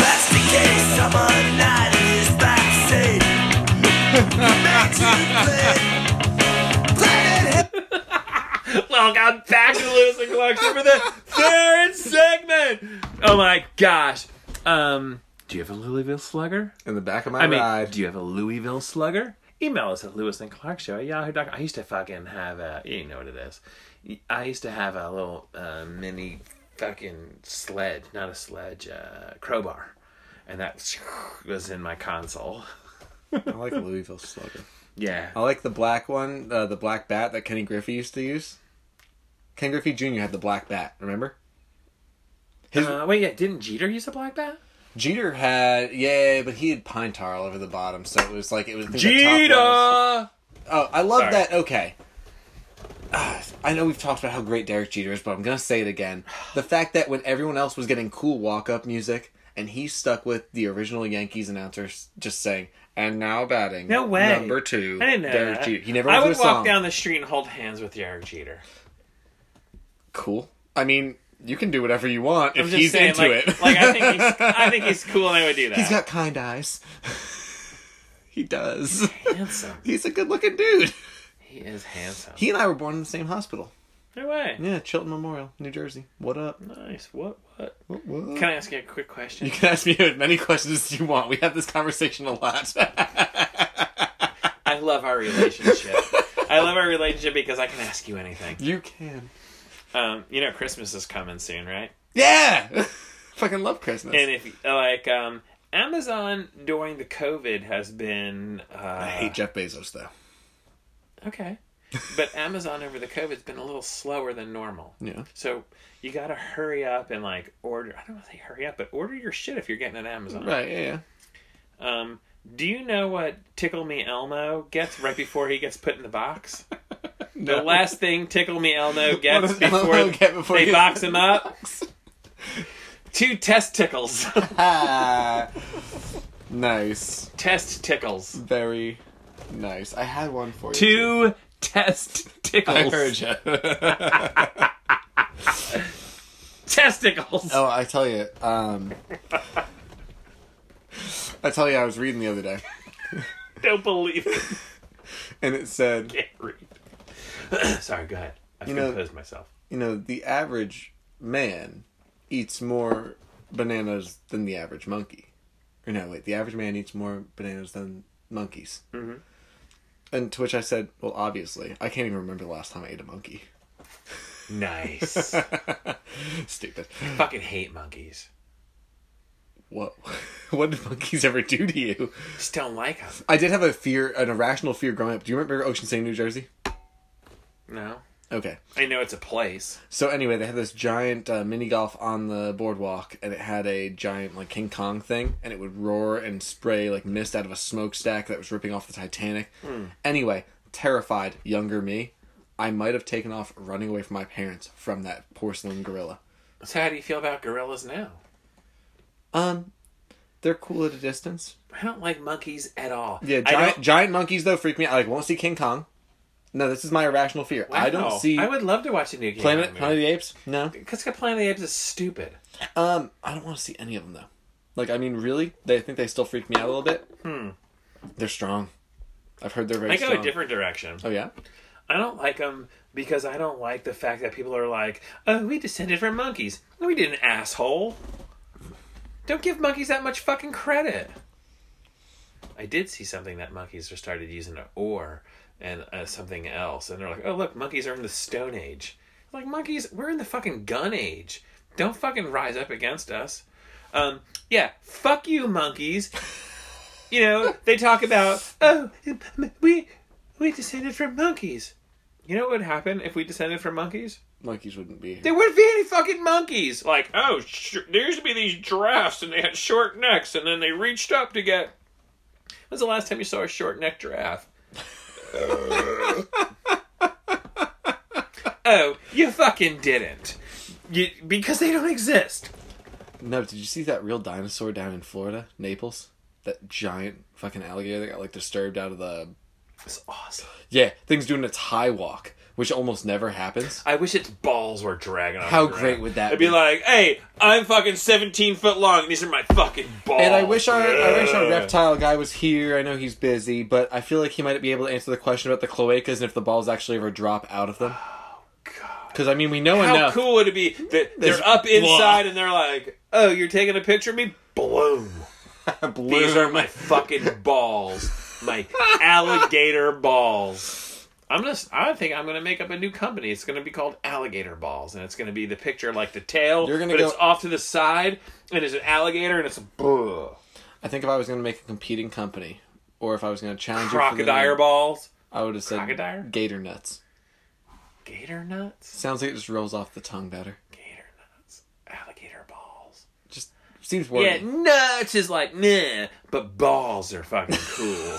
That's the case. I'm a night in his backseat. Makes you play, planet hip. Look, I'm back to losing collection for the third segment. Oh my gosh. Um, do you have a Louisville Slugger? In the back of my I mean, ride. do you have a Louisville Slugger? Email us at Lewis and Clark Show at yahoo.com. I used to fucking have a, you know what it is. I used to have a little uh, mini fucking sled, not a sledge, uh, crowbar. And that was in my console. Uh, I like Louisville slugger. Yeah. I like the black one, uh, the black bat that Kenny Griffey used to use. Ken Griffey Jr. had the black bat, remember? His Uh, wait, yeah, didn't Jeter use a black bat? Jeter had, yeah, but he had pine tar all over the bottom, so it was like it was. I think that top one was- Jeter! Oh, I love Sorry. that. Okay. Ah, I know we've talked about how great Derek Jeter is, but I'm going to say it again. The fact that when everyone else was getting cool walk up music and he stuck with the original Yankees announcers just saying, and now batting. No way. Number two. I didn't know Derek that. Jeter. He never I went to would a walk song. down the street and hold hands with Derek Jeter. Cool. I mean, you can do whatever you want I'm if just he's saying, into like, it. like I think he's, I think he's cool, and I would do that. he's got kind eyes. he does. handsome. he's a good looking dude. He is handsome. He and I were born in the same hospital. no way. Yeah, Chilton Memorial, New Jersey. What up? Nice. What? What? What, what? Can I ask you a quick question? You can ask me as many questions as you want. We have this conversation a lot. I love our relationship. I love our relationship because I can ask you anything. you can. Um, you know, Christmas is coming soon, right? e- Yeah! Fucking love Christmas. And if like um, Amazon during the COVID has been uh, I hate Jeff Bezos though. okay, but Amazon over the COVID's been a little slower than normal. Yeah. So you got to hurry up and like order. I don't want to say hurry up, but order your shit if you're getting it Amazon. Right. Yeah. yeah. Um, do you know what Tickle Me Elmo gets right before he gets put in the box? The last thing Tickle Me Elmo gets does Elmo before, get before they he- box him up? Two test tickles. Ah, nice. test tickles. Very nice. I had one for you. too. Two test tickles. I heard you. Testicles. oh, I tell you. Um, I tell you, I was reading the other day, Don't believe it. and it said. Can't read. Sorry, go ahead. I've know- composed myself. you know, the average man eats more bananas than the average monkey. Or no, wait, the average man eats more bananas than monkeys. Mm-hmm. And to which I said, well, obviously, I can't even remember the last time I ate a monkey. Nice. Stupid. Fucking hate monkeys. Whoa. what did monkeys ever do to you? Just don't like them. I did have a fear, an irrational fear growing up. Do you remember Ocean City, New Jersey? No. Okay. I know it's a place. So anyway, they had this giant uh, mini golf on the boardwalk, and it had a giant like King Kong thing, and it would roar and spray like mist out of a smokestack that was ripping off the Titanic. Hmm. Anyway, terrified younger me, I might have taken off running away from my parents from that porcelain gorilla. So how do you feel about gorillas now? Um, they're cool at a distance. I don't like monkeys at all. Yeah, I giant don't- giant monkeys though freak me out. I like, won't see King Kong. No, this is my irrational fear. I Wow. don't see I would love to watch a new Planet Planet. Planet of the Apes. No. Because Planet of the Apes is stupid. Um, I don't want to see any of them though. Like, I mean, really, they think they still freak me out a little bit. Hmm. They're strong. I've heard they're very I go strong. a different direction. oh yeah. I don't like them because I don't like the fact that people are like, "Oh, we descended from monkeys." No, we didn't, asshole. Don't give monkeys that much fucking credit. I did see something that monkeys are started using an oar and uh, something else, and they're like, "Oh, look, monkeys are in the Stone Age." Like monkeys, we're in the fucking Gun Age. Don't fucking rise up against us. Um, yeah, fuck you, monkeys. You know they talk about, "Oh, we we descended from monkeys." You know what would happen if we descended from monkeys? Monkeys wouldn't be. Here. There wouldn't be any fucking monkeys. Like, oh, sh- there used to be these giraffes, and they had short necks, and then they reached up to get. When's the last time you saw a short-necked giraffe? oh, you fucking didn't. You, because they don't exist. No, did you see that real dinosaur down in Florida, Naples? That giant fucking alligator that got like disturbed out of the It's awesome. yeah things doing its high walk, which almost never happens. I wish its balls were dragging on. How the ground. great would that It'd be be? like, hey, I'm fucking 17 foot long, and these are my fucking balls. And I wish our I wish our Ugh. reptile guy was here. I know he's busy, but I feel like he might be able to answer the question about the cloacas and if the balls actually ever drop out of them. Because I mean, we know Oh, How enough. cool would it be that There's- they're up inside and they're like, "Oh, you're taking a picture of me? Bloom. These are my fucking balls, my alligator balls." I'm gonna. s- I think I'm gonna make up a new company. It's gonna be called Alligator Balls, and it's gonna be the picture like the tail, You're gonna but go- it's off to the side, and it's an alligator, and it's a bleh. I think if I was going to make a competing company, or if I was going to challenge you for the crocodile name, balls, I would have said Crocodile? Gator Nuts. gator nuts, Sounds like it just rolls off the tongue better. gator nuts, alligator balls. Just seems Yeah, wordy. nuts is like meh, but balls are fucking cool.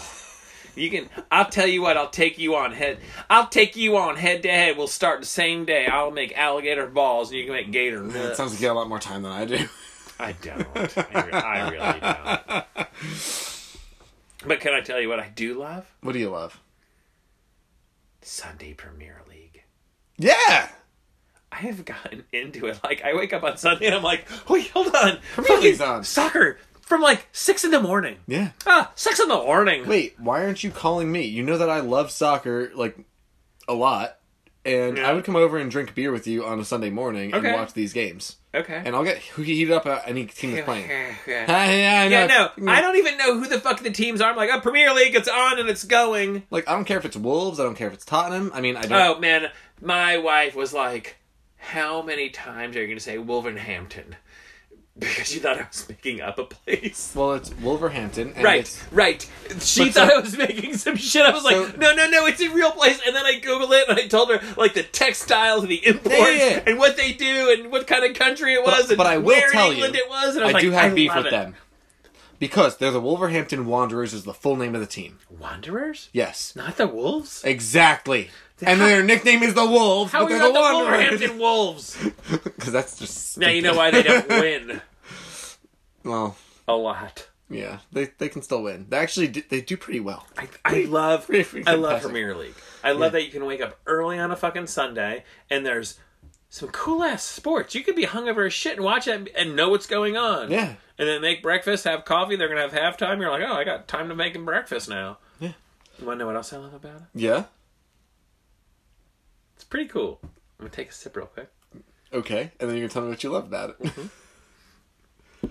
you can. I'll tell you what. I'll take you on head. I'll take you on head to head. We'll start the same day. I'll make alligator balls, and you can make gator It nuts. sounds like you got a lot more time than I do. I don't. I, re- I really don't. But can I tell you what I do love? what do you love? Sunday Premier League. Yeah, I have gotten into it. Like I wake up on Sunday and I'm like, wait, hold on, Premier League's Fucking on. soccer from like six in the morning. yeah. Ah, six in the morning. Wait, why aren't you calling me? You know that I love soccer like a lot, and Yeah. I would come over and drink beer with you on a Sunday morning Okay. and watch these games. Okay. And I'll get heated up about any team that's playing. yeah, I, I know. no, I don't even know who the fuck the teams are. I'm like, oh, Premier League, it's on and it's going. Like I don't care if it's Wolves. I don't care if it's Tottenham. I mean, I don't. Oh man, my wife was like, how many times are you going to say Wolverhampton? because she thought I was making up a place. Well, it's Wolverhampton. And Right, It's, right. She But thought so- I was making some shit. I was So- like, no, no, no, it's a real place. And then I googled it and I told her like the textiles and the imports Yeah, yeah, yeah. and what they do and what kind of country it was and but I will where in tell England you, it was. I And I was like, do have beef love with it. them because they're the Wolverhampton Wanderers is the full name of the team. Wanderers, Yes, not the wolves. exactly. And their nickname is the Wolves, How but are they're you the not the Wanderers Wolverhampton Wolves? because that's just Now you know why they don't win well. a lot. Yeah, they, they can still win. They actually do, they do pretty well. I, I love pretty freaking I love fantastic. Premier League. I love that you can wake up early on a fucking Sunday and there's some cool ass sports. You could be hungover as shit and watch it and know what's going on. Yeah. And then make breakfast, have coffee. They're gonna have halftime. You're like, oh, I got time to making breakfast now. Yeah. You wanna know what else I love about it? Yeah. It's pretty cool. I'm gonna take a sip real quick. Okay, and then you're gonna tell me what you love about it. Mm-hmm.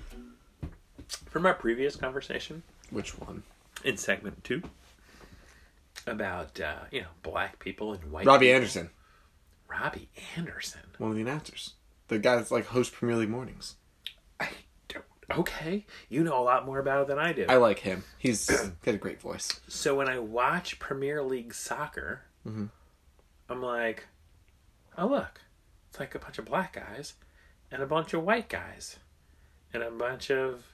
From our previous conversation Which one? in segment two about uh, you know black people and white Robbie people. Anderson, Robbie Anderson. one of the announcers, the guy that's like host Premier League mornings. I don't. Okay, you know a lot more about it than I do. I like him. He's got a great voice. so when I watch Premier League soccer, Mm-hmm. I'm like, oh look, it's like a bunch of black guys and a bunch of white guys and a bunch of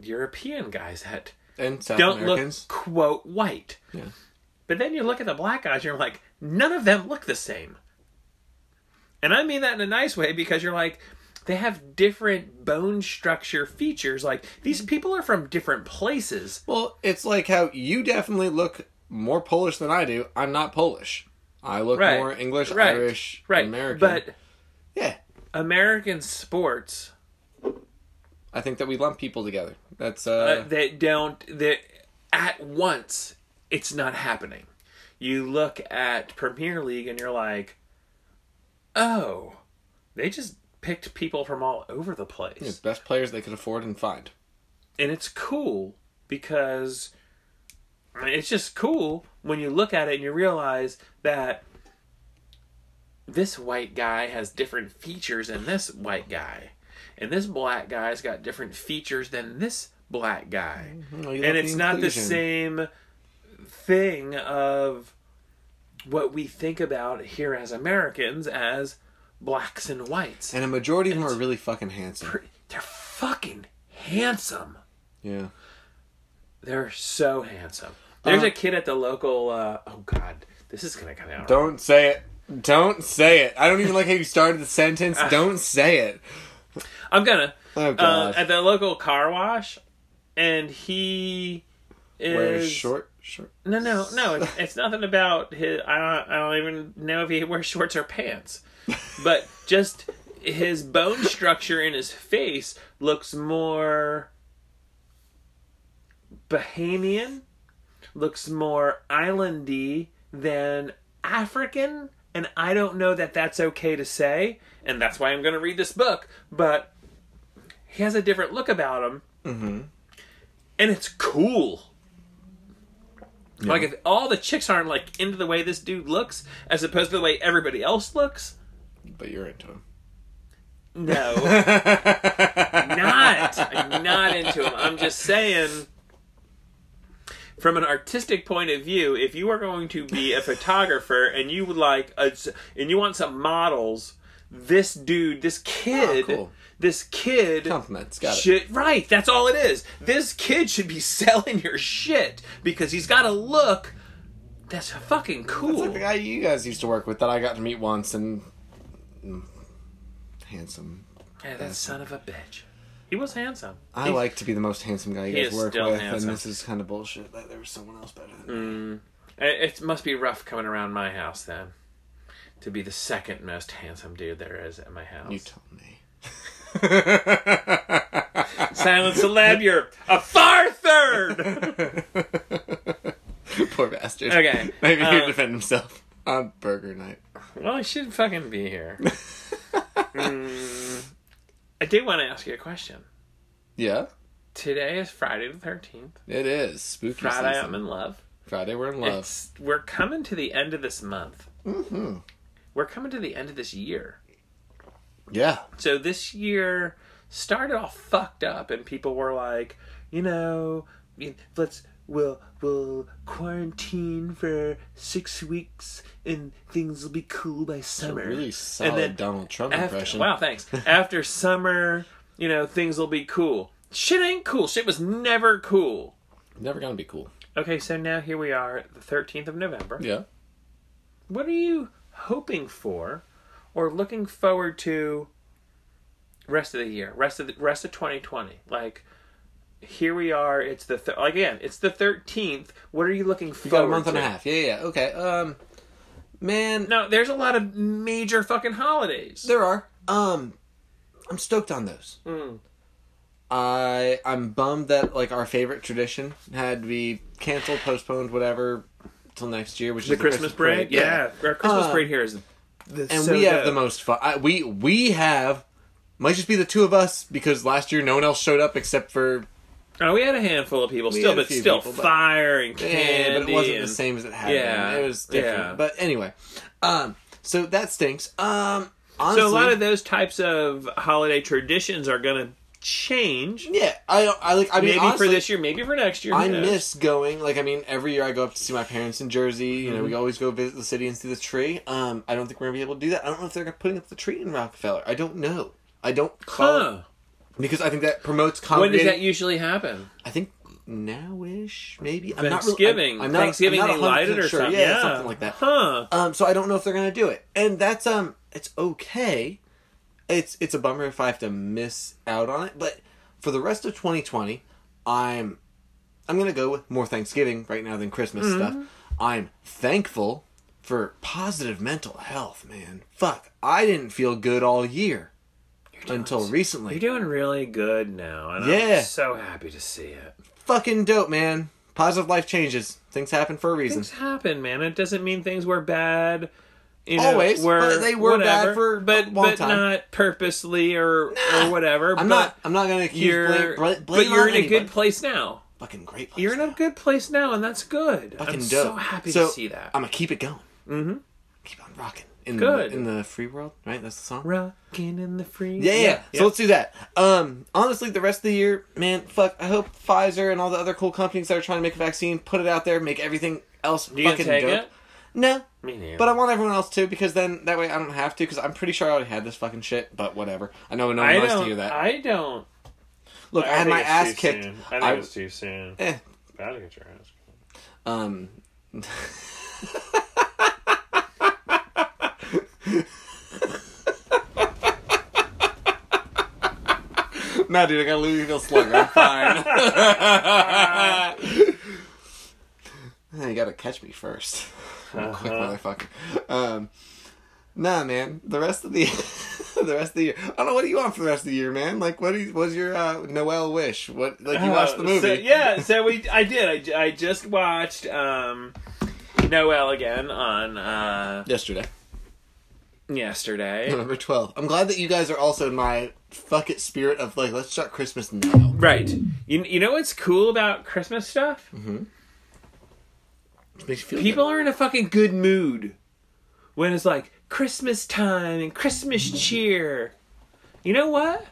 European guys that And South don't Americans. look quote white. Yeah. But then you look at the black guys, you're like, none of them look the same. And I mean that in a nice way because you're like, they have different bone structure features. Like these people are from different places. Well, it's like how you definitely look more Polish than I do. I'm not Polish. I look Right. more English, right. Irish, right. American. But yeah, American sports I think that we lump people together. That's uh, uh, that don't that at once it's not happening. You look at Premier League and you're like, oh, they just picked people from all over the place. the best players they could afford and find. and it's cool because I mean, it's just cool when you look at it and you realize that this white guy has different features than this white guy and this black guy's got different features than this black guy and it's not the same thing of what we think about here as americans as blacks and whites And a majority of them are really fucking handsome. they're fucking handsome yeah. They're so handsome. Uh, There's a kid at the local. Uh, oh God, this is gonna come out. Don't say it. Don't say it. I don't even like how you started the sentence. Don't say it. I'm gonna Oh uh, god. at the local car wash, and he is Wears short, short. No, no, no. It's, it's nothing about his. I don't. I don't even know if he wears shorts or pants, but just his bone structure in his face looks more Bahamian, looks more islandy than African, and I don't know that that's okay to say, and that's why I'm going to read this book. But he has a different look about him, mm-hmm. and it's cool. Like if all the chicks aren't like into the way this dude looks, as opposed to the way everybody else looks. But you're into him. No, not. I'm not into him. I'm just saying. From an artistic point of view, if you are going to be a photographer and you would like a, and you want some models, this dude, this kid, Oh, cool. this kid Compliments. Got it. Shit, right. That's all it is. This kid should be selling your shit because he's got a look that's fucking It's cool. like the guy you guys used to work with that I got to meet once and mm, handsome. Yeah, that son of a bitch. He was handsome. I He's- like to be the most handsome guy you he guys is work still with, handsome. Mm. and this is kind of bullshit that there was someone else better than me. It, it must be rough coming around my house then, to be the second most handsome dude there is at my house. You tell me. Silent celeb, you're a far third. Poor bastard. Okay, Maybe he uh, would defend himself on burger night. well, I should fucking be here. Mm. I do want to ask you a question. Yeah, Today is Friday the thirteenth. it is spooky Friday, season. I'm in love. Friday, we're in love. It's, we're coming to the end of this month. Mm-hmm. We're coming to the end of this year. Yeah. So this year started all fucked up, and people were like, you know, y- let's we'll we'll quarantine for six weeks, and things will be cool by summer. Really solid and then Donald Trump after, impression. wow, thanks. After summer, you know, things will be cool. Shit ain't cool. Shit was never cool. Never gonna be cool. Okay, so now here we are, the 13th of November. Yeah. What are you hoping for or looking forward to rest of the year, rest of the rest of 2020? Like here we are, it's the th- again, it's the 13th. What are you looking forward You got a month to? and a half. Yeah, yeah. yeah. Okay. Um, man, No, there's a lot of major fucking holidays. there are. Um, I'm stoked on those. Hmm. I I'm bummed that like our favorite tradition had to be canceled, postponed, whatever, till next year, which the is Christmas parade, yeah. Our Christmas Uh, parade here is and so we have dope. the most fun. I, we we have might just be the two of us because last year no one else showed up except for Oh, we had a handful of people still, had a but few still people, but- fire and candy. yeah, but it wasn't the and- same as it had. Yeah, Yeah, it was different. yeah. But anyway, um, so that stinks. Um, honestly, So a lot of those typs of holiday traditions are going to change. yeah, I don't- I like I mean maybe honestly, for this year, maybe for next year. who I knows? miss going. Like, I mean, every year I go up to see my parents in Jersey. You Mm-hmm. know, we always go visit the city and see the tree. Um, I don't think we're gonna be able to do that. I don't know if they're gonna putting up the tree in Rockefeller. I don't know. I don't Huh. follow because I think that promotes. When Congregating. does that usually happen? I think nowish, maybe. I'm Thanksgiving. Not really, I'm, I'm not, Thanksgiving I'm not they light 100% it or sure. something. Yeah, something like that. Huh. Um, so I don't know if they're gonna do it, and that's um, it's okay. It's it's a bummer if I have to miss out on it, but for the rest of 2020, I'm I'm gonna go with more Thanksgiving right now than Christmas Mm-hmm. stuff. I'm thankful for positive mental health, man. Fuck, I didn't feel good all year until recently. You're doing really good now, and Yeah. I'm so happy to see it. Fucking dope, man. Positive life changes. Things happen for a reason. Things happen, man. It doesn't mean things were bad. You know, Always, were, but they were bad whatever, for a but long but time. not purposely or or whatever. I'm but not. I'm not gonna accuse You're blame, blame, but you're on in a anybody. good place now. Fucking great. Place You're in now. a good place now, and that's good. fucking I'm dope. so happy to see that. I'm gonna keep it going. Mm-hmm. Keep on rocking. In Good. The, in the free world, right? That's the song. Rocking in the free. Yeah, yeah, So let's do that. Um, honestly, the rest of the year, man, fuck. I hope Pfizer and all the other cool companies that are trying to make a vaccine put it out there, make everything else you gonna fucking take dope. it? No, Me neither. but I want everyone else to because then that way I don't have to because I'm pretty sure I already had this fucking shit. But whatever. I know no one I likes to don't. hear that. I don't. Look, I, had my ass kicked. I think I- it's too soon. eh, About to get your ass. um, No, dude, I got a Louisville slugger. I'm fine. you gotta catch me 1st Uh-huh. Quick motherfucker. Um, nah, man. The rest of the the rest of the year. I don't know. What do you want for the rest of the year, man? Like, what is was your uh, Noel wish? What like you watched the Uh, movie? So, yeah, so we I did. I, j- I just watched um Noel again on uh Yesterday, yesterday. November twelfth. I'm glad that you guys are also in my fuck it spirit of like let's shut Christmas now. right. You you know what's cool about Christmas stuff? Mm-hmm. It makes you feel People are in a fucking good mood when it's like Christmas time and Christmas cheer. You know what?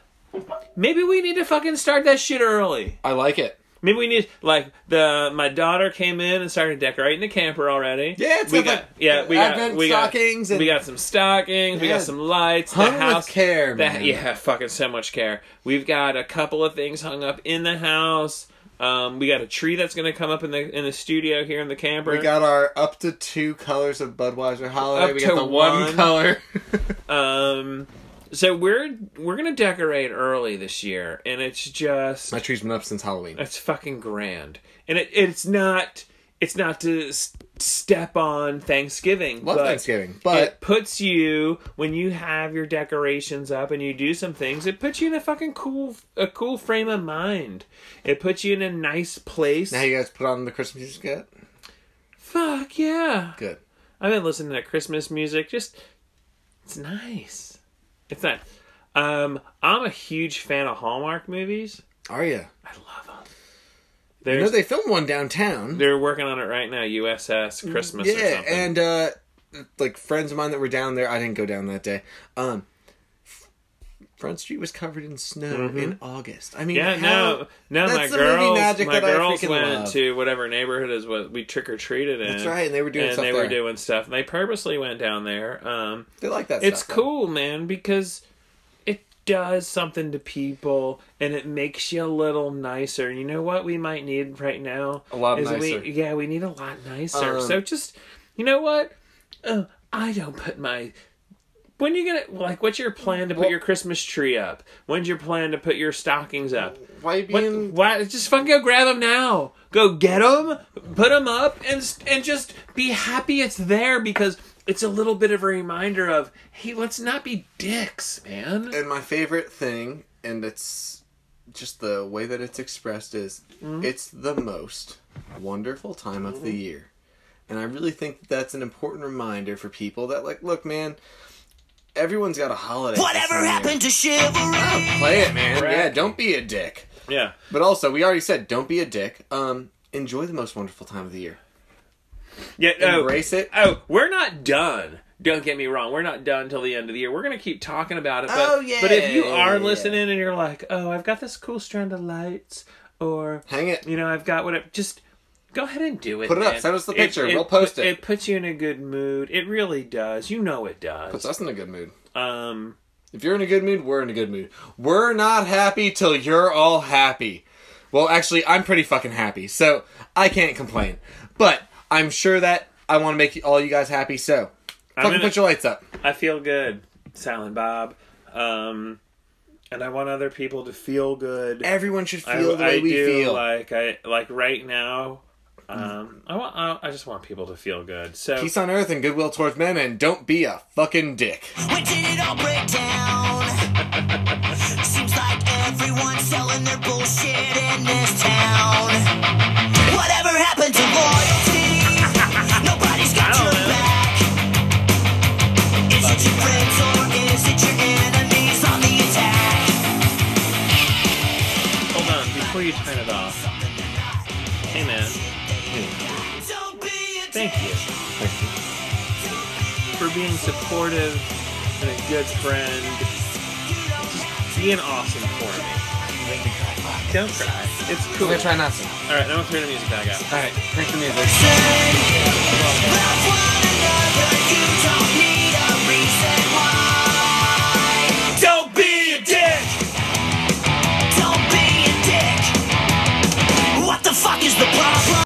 Maybe we need to fucking start that shit early. good. I like it. Maybe we need like the my daughter came in and started decorating the camper already. Yeah, it's we got got the yeah we got Advent we got stockings and- we got some stockings. We Yeah. got some lights. Hung the with house care, the- man. yeah, fucking so much care. We've got a couple of things hung up in the house. Um, we got a tree that's going to come up in the in the studio here in the camper. We got our up to two colors of Budweiser holiday. Up we to got the one, one. color. um, so we're we're gonna decorate early this year, and it's just My tree's been up since Halloween. It's fucking grand, and it, it's not it's not to s- step on Thanksgiving. Love but Thanksgiving, It but puts you when you have your decorations up and you do some things. It puts you in a fucking cool a cool frame of mind. It puts you in a nice place. now you guys put on the Christmas music yet? Fuck yeah! Good. I've been listening to Christmas music. Just it's nice. It's not. Um, I'm a huge fan of Hallmark movies. Are you? I love them. You know There's they filmed one downtown. They're working on it right now, USS Christmas or Mm, Yeah, something. and uh like friends of mine that were down there. I didn't go down that day. Um, Front Street was covered in snow in August. I mean, Mm-hmm. Yeah, how- no, no. that's My the movie girls, magic my that I girls freaking went love. to whatever neighborhood is what we trick or treated in. That's right, and they were doing and stuff they were there. doing stuff. And they purposely went down there. Um, They like that. it's stuff, though. cool, man, because it does something to people, and it makes you a little nicer. And you know what we might need right now? A lot is nicer. We, yeah, we need a lot nicer. Um, so just, you know what? Uh, I don't put my. When you gonna like? What's your plan to put your Christmas tree up? When's your plan to put your stockings up? Why you What, being why? Just fucking go grab them now. Go get them, put them up, and and just be happy it's there because it's a little bit of a reminder of hey, let's not be dicks, man. and my favorite thing, and it's just the way that it's expressed is Mm-hmm. it's the most wonderful time of the year. And I really think that's an important reminder for people that like, look, man, everyone's got a holiday. this time Whatever of happened to chivalry? year. Play it, man. Right. Yeah, don't be a dick. Yeah, But also, we already said don't be a dick. Um, enjoy the most wonderful time of the year. yeah. oh, Embrace it. Oh, we're not done. Don't get me wrong. We're not done till the end of the year. We're gonna keep talking about it. But, Oh, yeah, But if you yeah, are yeah. listening and you're like, oh, I've got this cool strand of lights, or Hang it. you know, I've got whatever. Just go ahead and do it. Put it up. man. Send us the picture. We'll post put- it. It puts you in a good mood. It really does. You know it Puts does. us in a good mood. Um, If you're in a good mood, we're in a good mood. We're not happy till you're all happy. Well, actually, I'm pretty fucking happy, so I can't complain. But I'm sure that I want to make you- all you guys happy, so fucking gonna- put your lights up. I feel good, Silent Bob. Um, and I want other people to feel good. Everyone should I, feel the way I we do feel. like I like right now. Um, I want. I, I just want people to feel good. So Peace on earth and goodwill towards men, and don't be a fucking dick. When did it all break down? Seems like everyone's selling their bullshit in this town. Whatever happened to loyalty? Nobody's got your back. Is it your friends or is it your enemies on the attack? hold on before you turn it off. Hey man, Don't be a thank you for being supportive and a good friend. Just be an awesome for me. Don't cry. It's cool. I'm gonna try not to. All right, now let's turn the music back up. Alright, drink the music. Love one another, you don't need